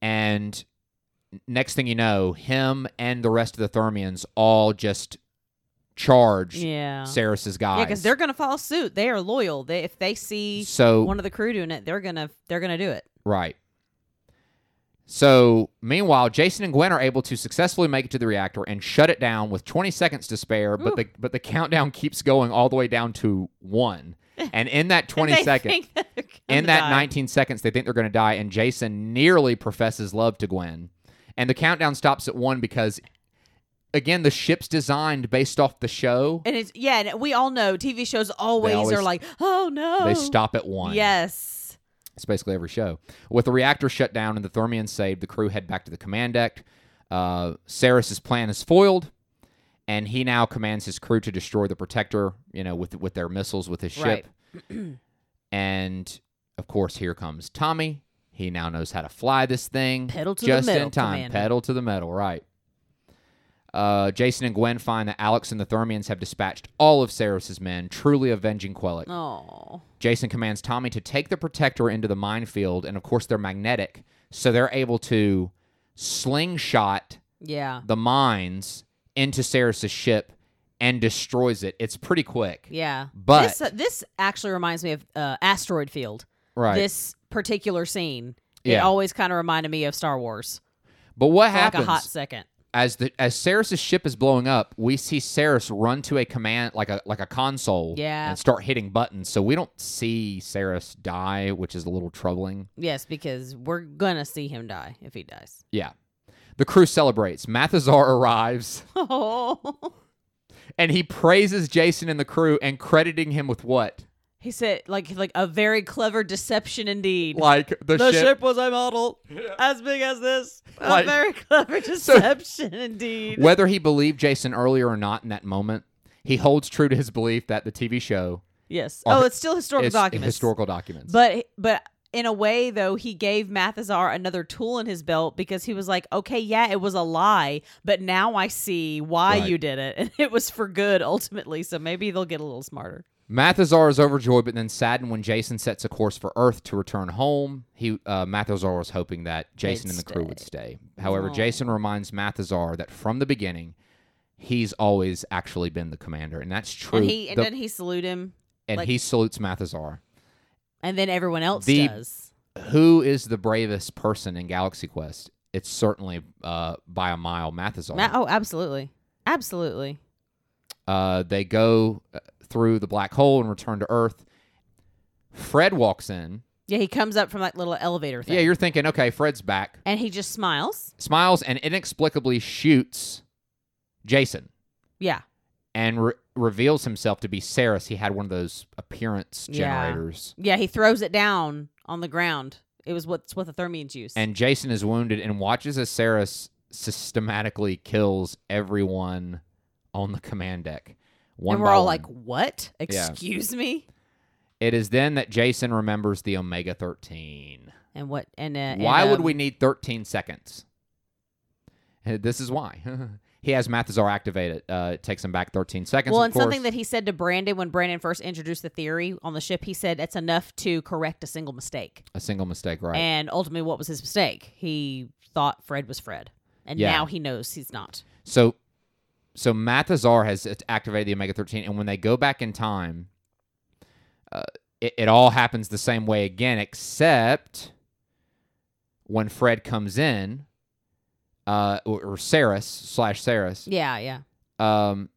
S1: and next thing you know, him and the rest of the Thermians all just charge
S2: yeah.
S1: Saris's guys.
S2: Yeah, because they're gonna follow suit. They are loyal. They if they see
S1: so
S2: one of the crew doing it, they're gonna they're gonna do it.
S1: right. So meanwhile, Jason and Gwen are able to successfully make it to the reactor and shut it down with 20 seconds to spare.
S2: Ooh.
S1: But the but the countdown keeps going all the way down to one, and in that 20
S2: And they
S1: seconds.
S2: think that they're gonna
S1: in that
S2: die.
S1: 19 seconds, they think they're going to die, and Jason nearly professes love to Gwen. And the countdown stops at one because, again, the ship's designed based off the show.
S2: And it's yeah, and we all know TV shows always,
S1: always-
S2: are like, oh no,
S1: They stop at one.
S2: Yes,
S1: It's basically every show. With the reactor shut down and the Thermians saved, the crew head back to the command deck. Uh, Saris's plan is foiled, and he now commands his crew to destroy the Protector. You know, with with their missiles with his ship.
S2: Right.
S1: and of course, here comes Tommy. He now knows how to fly this thing.
S2: Pedal to the
S1: just
S2: metal,
S1: in time.
S2: Commander.
S1: Pedal to the metal, right? Uh, Jason and Gwen find that Alex and the Thermians have dispatched all of Saris's men, truly avenging Quellic.
S2: oh,
S1: Jason commands Tommy to take the protector into the minefield, and of course they're magnetic, so they're able to slingshot
S2: yeah,
S1: the mines into Saris's ship and destroys it. It's pretty quick,
S2: yeah.
S1: But-
S2: this, uh, this actually reminds me of uh, Asteroid Field.
S1: right?
S2: This particular scene, it
S1: Yeah.
S2: always kind of reminded me of Star Wars.
S1: but what
S2: for like
S1: happens
S2: a hot second.
S1: as the as Saris's ship is blowing up? We see Saris run to a command like a like a console,
S2: Yeah.
S1: and start hitting buttons. So we don't see Saris die, which is a little troubling.
S2: Yes, because we're gonna see him die if he dies.
S1: Yeah, the crew celebrates. Mathazar arrives.
S2: Oh.
S1: and he praises Jason and the crew and crediting him with what?
S2: He said, like, like a very clever deception indeed.
S1: Like the,
S2: the
S1: ship.
S2: ship, was a model as big as this.
S1: Like-
S2: a very clever deception indeed.
S1: Whether he believed Jason earlier or not in that moment, he holds true to his belief that the TV show
S2: yes.
S1: Are-
S2: oh, it's still historical
S1: is
S2: documents.
S1: historical documents.
S2: But but in a way though he gave Mathazar another tool in his belt because he was like, "Okay, yeah, it was a lie, but now I see why
S1: Right.
S2: you did it and it was for good ultimately, so maybe they'll get a little smarter."
S1: Mathazar is overjoyed, but then saddened when Jason sets a course for Earth to return home. He uh, Mathazar was hoping that Jason
S2: They'd
S1: and the crew would stay. However, Jason reminds Mathazar that from the beginning, he's always actually been the commander, and that's true.
S2: And he and
S1: The-
S2: then he salute him
S1: and
S2: like-
S1: he salutes Mathazar,
S2: and then everyone else
S1: The-
S2: does.
S1: who is the bravest person in Galaxy Quest. It's certainly uh, by a mile Mathazar.
S2: Ma- oh, absolutely. Absolutely.
S1: Uh, they go uh, through the black hole and return to Earth. Fred walks in.
S2: Yeah, he comes up from that little elevator thing.
S1: Yeah, you're thinking, okay, Fred's back.
S2: and he just smiles.
S1: Smiles and inexplicably shoots Jason
S2: Yeah.
S1: and re- reveals himself to be Saris. He had one of those appearance
S2: Yeah.
S1: generators.
S2: Yeah, he throws it down on the ground. It was what's what the thermians use.
S1: And Jason is wounded and watches as Saris systematically kills everyone on the command deck. One
S2: And we're
S1: by
S2: all
S1: one.
S2: like, "What?
S1: Yeah.
S2: Excuse me?"
S1: it is then that Jason remembers the Omega 13.
S2: And what and uh, and,
S1: Why would
S2: um,
S1: we need 13 seconds? Uh, This is why. he has Mathazar activated. Uh, it takes him back 13 seconds.
S2: Well,
S1: of
S2: and
S1: course.
S2: something that he said to Brandon when Brandon first introduced the theory on the ship, he said it's enough to correct a single mistake.
S1: a single mistake, right?
S2: And ultimately, what was his mistake? He thought Fred was Fred, and
S1: Yeah.
S2: now he knows he's not.
S1: so, so Mathazar has uh, activated the Omega 13, and when they go back in time, uh, it, it all happens the same way again, except when Fred comes in, uh, or, or Saris slash Saris.
S2: Yeah, yeah.
S1: um,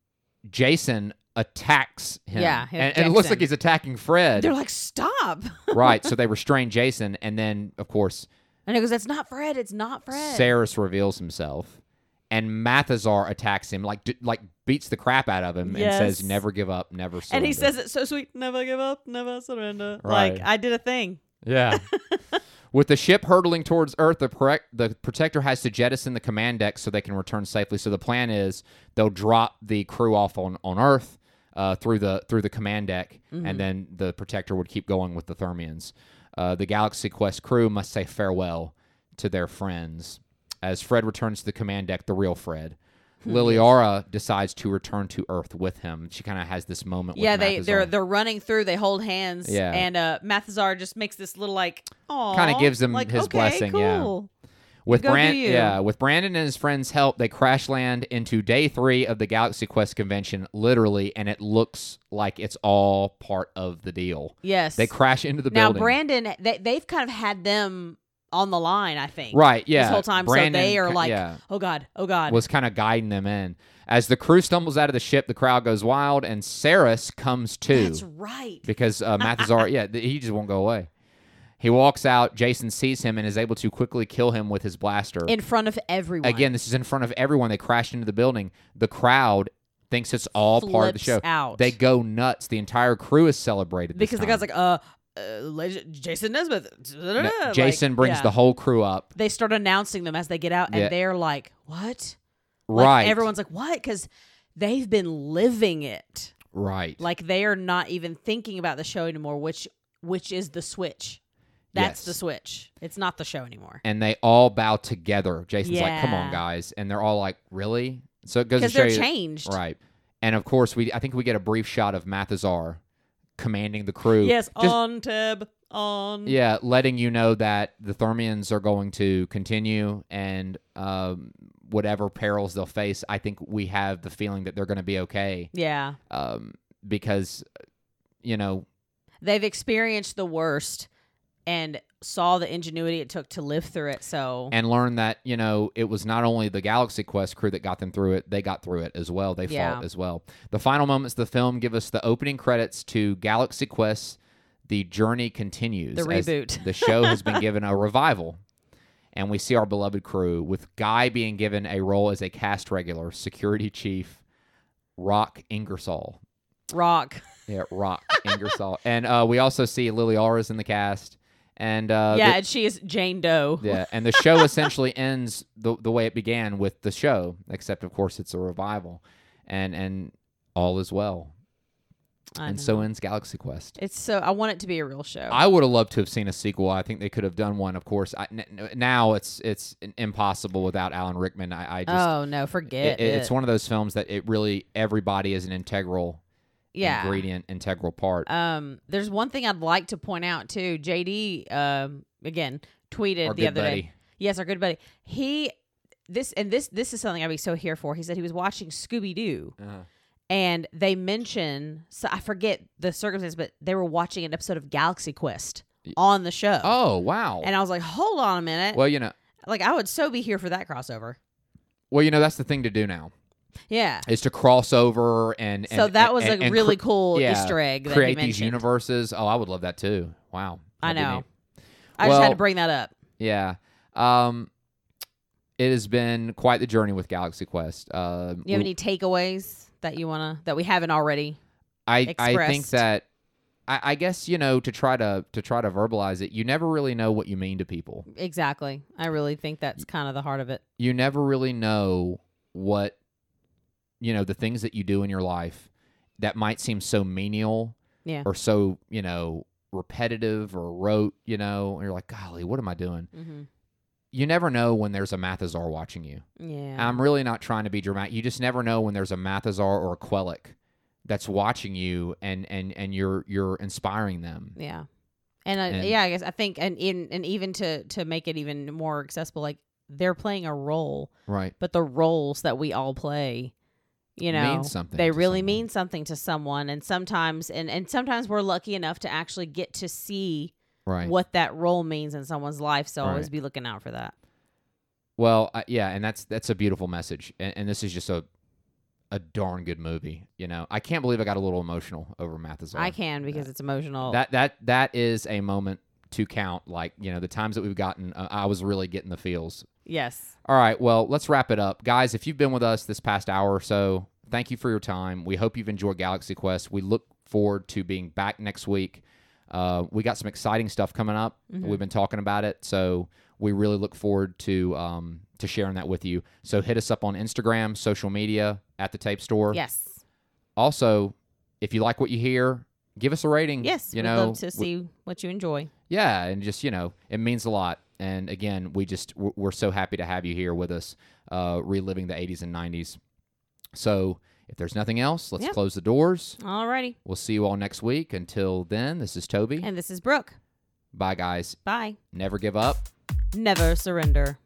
S1: Jason attacks him.
S2: Yeah, he
S1: and, and it looks
S2: attacks
S1: like
S2: him.
S1: he's attacking Fred.
S2: They're like, "Stop!"
S1: right, so they restrain Jason, and then of course
S2: And he goes, "It's not Fred. It's not Fred."
S1: Saris reveals himself, and Mathazar attacks him, like d- like beats the crap out of him, and says,
S2: Yes.
S1: "Never give up, never surrender."
S2: and he says it so sweet. Never give up. Never surrender.
S1: Right.
S2: Like I did a thing.
S1: "Yeah." With the ship hurtling towards Earth, the, protec- the protector has to jettison the command deck so they can return safely. So the plan is they'll drop the crew off on, on Earth uh, through the through the command deck,
S2: Mm-hmm.
S1: and then the protector would keep going with the Thermians. Uh, the Galaxy Quest crew must say farewell to their friends as Fred returns to the command deck. The real Fred, Liliara decides to return to Earth with him. She kind of has this moment.
S2: yeah,
S1: with
S2: they
S1: Mathazar.
S2: they're they're running through. They hold hands.
S1: Yeah.
S2: And uh, Mathazar just makes this little like, oh,
S1: gives him
S2: like,
S1: his
S2: okay,
S1: blessing, yeah.
S2: Cool.
S1: With
S2: Go do
S1: Brand,
S2: you.
S1: yeah, with Brandon and his friends' help, they crash land into day three of the Galaxy Quest convention, literally, and it looks like it's all part of the deal.
S2: Yes.
S1: They crash into the
S2: now
S1: building.
S2: Brandon, they they've kind of had them on the line. I think.
S1: right? Yeah,
S2: This whole time,
S1: Brandon,
S2: so they are
S1: ki-
S2: like,
S1: yeah,
S2: oh god, oh god.
S1: was kind of guiding them in. As the crew stumbles out of the ship, the crowd goes wild, and Saris comes to.
S2: That's right.
S1: because uh, Mathazar, yeah, th- he just won't go away. He walks out. Jason sees him and is able to quickly kill him with his blaster.
S2: In front of everyone.
S1: Again, this is in front of everyone. They crashed into the building. The crowd thinks it's all part of the show.
S2: Flips out.
S1: They go nuts. The entire crew is celebrated this
S2: because the
S1: time.
S2: guy's like, uh, uh Leg- Jason Nesbitt.
S1: No,
S2: like,
S1: Jason brings
S2: yeah.
S1: the whole crew up.
S2: They start announcing them as they get out, and
S1: Yeah.
S2: they're like, what? Like,
S1: Right.
S2: Everyone's like, what? Because they've been living it.
S1: right.
S2: Like they are not even thinking about the show anymore, which which is the switch. That's
S1: Yes.
S2: the switch. It's not the show anymore.
S1: and they all bow together. Jason's like, "Come on,
S2: Yeah.
S1: guys!" And they're all like, "Really?" So it goes to
S2: Because
S1: show
S2: they're
S1: you,
S2: changed.
S1: right? And of course, we I think we get a brief shot of Mathazar commanding the crew.
S2: Yes,
S1: Just-
S2: on tab, on.
S1: Yeah, letting you know that the Thermians are going to continue and um, whatever perils they'll face, I think we have the feeling that they're going to be okay
S2: Yeah.
S1: um, because, you know,
S2: They've experienced the worst and saw the ingenuity it took to live through it. So
S1: and learn that, you know, it was not only the Galaxy Quest crew that got them through it, they got through it as well. They
S2: Yeah.
S1: fought as well. The final moments of the film give us the opening credits to Galaxy Quest The Journey Continues.
S2: the
S1: as
S2: reboot.
S1: the show has been given a revival, and we see our beloved crew with Guy being given a role as a cast regular, security chief, Rock Ingersoll.
S2: Rock.
S1: Yeah, Rock Ingersoll, and uh, we also see Lily Aura's in the cast, and uh,
S2: yeah,
S1: the-
S2: and she is Jane Doe.
S1: yeah, and the show essentially ends the the way it began with the show, except of course it's a revival, and and all is well.
S2: I
S1: and
S2: know.
S1: so ends Galaxy Quest.
S2: it's so I want it to be a real show.
S1: I would have loved to have seen a sequel. I think they could have done one. Of course, I n n now it's it's impossible without Alan Rickman. I, I just
S2: oh no, forget
S1: it,
S2: it.
S1: it- it's one of those films that it really everybody is an integral
S2: yeah.
S1: ingredient, integral part.
S2: Um, there's one thing I'd like to point out too. JD, um, again, tweeted
S1: Our
S2: the
S1: good
S2: other
S1: buddy.
S2: day. Yes, our good buddy. He, this and this, this is something I'd be so here for. He said he was watching Scooby Doo,
S1: Uh,
S2: and they mention, so I forget the circumstance, but they were watching an episode of Galaxy Quest on the show.
S1: oh wow.
S2: And I was like, hold on a minute.
S1: well, you know,
S2: Like, I would so be here for that crossover.
S1: well, you know, that's the thing to do now
S2: Yeah.
S1: is to cross over and,
S2: so
S1: and-
S2: that was
S1: and-
S2: a
S1: and cr-
S2: really cool
S1: yeah,
S2: Easter egg. That he
S1: create these
S2: mentioned.
S1: universes. Oh, I would love that too. Wow.
S2: I
S1: That'd be
S2: know.
S1: neat.
S2: I just had
S1: Well-
S2: to bring that up.
S1: Yeah. Um, it has been quite the journey with Galaxy Quest. Um,
S2: You have any takeaways that you wanna that we haven't already?
S1: I I think
S2: expressed?
S1: that I, I guess you know to try to to try to verbalize it. You never really know what you mean to people.
S2: Exactly. I really think that's kind of the heart of it.
S1: you never really know what you know the things that you do in your life that might seem so menial
S2: Yeah.
S1: or so you know repetitive or rote you know and you're like golly what am i doing
S2: hmm
S1: you never know when there's a mathazar watching you
S2: Yeah.
S1: i'm really not trying to be dramatic you just never know when there's a mathazar or a quellic that's watching you and and and you're you're inspiring them
S2: yeah. And, I,
S1: And-
S2: yeah, I guess I think and in and even to to make it even more accessible, like they're playing a role,
S1: right
S2: but the roles that we all play, you know,
S1: means something
S2: they
S1: to
S2: really
S1: someone.
S2: mean something to someone. And sometimes and and sometimes we're lucky enough to actually get to see
S1: right
S2: what that role means in someone's life. So
S1: Right.
S2: always be looking out for that.
S1: Well, I yeah, and that's that's a beautiful message, and, and this is just a a darn good movie. You know, I can't believe I got a little emotional over Mathazar.
S2: I can because it's emotional.
S1: That that that is a moment to count. Like you know, the times that we've gotten, uh, I was really getting the feels.
S2: yes.
S1: All right, well, let's wrap it up, guys. If you've been with us this past hour or so, thank you for your time. We hope you've enjoyed Galaxy Quest. We look forward to being back next week. Uh, we got some exciting stuff coming up.
S2: Mhm.
S1: We've been talking about it, so we really look forward to um, to sharing that with you. So hit us up on Instagram, social media, at the Tape Store.
S2: Yes.
S1: Also, if you like what you hear, give us a rating.
S2: Yes.
S1: Mm, you
S2: we'd
S1: know,
S2: love to
S1: we-
S2: see what you enjoy.
S1: yeah, and just you know, it means a lot. And again, we just we're, we're so happy to have you here with us, uh, reliving the '80s and '90s. So, if there's nothing else, let's
S2: Yeah.
S1: close the doors.
S2: Alrighty.
S1: We'll see you all next week. Until then, this is Toby.
S2: And this is Brooke.
S1: Bye, guys.
S2: Bye.
S1: Never give up.
S2: Never surrender.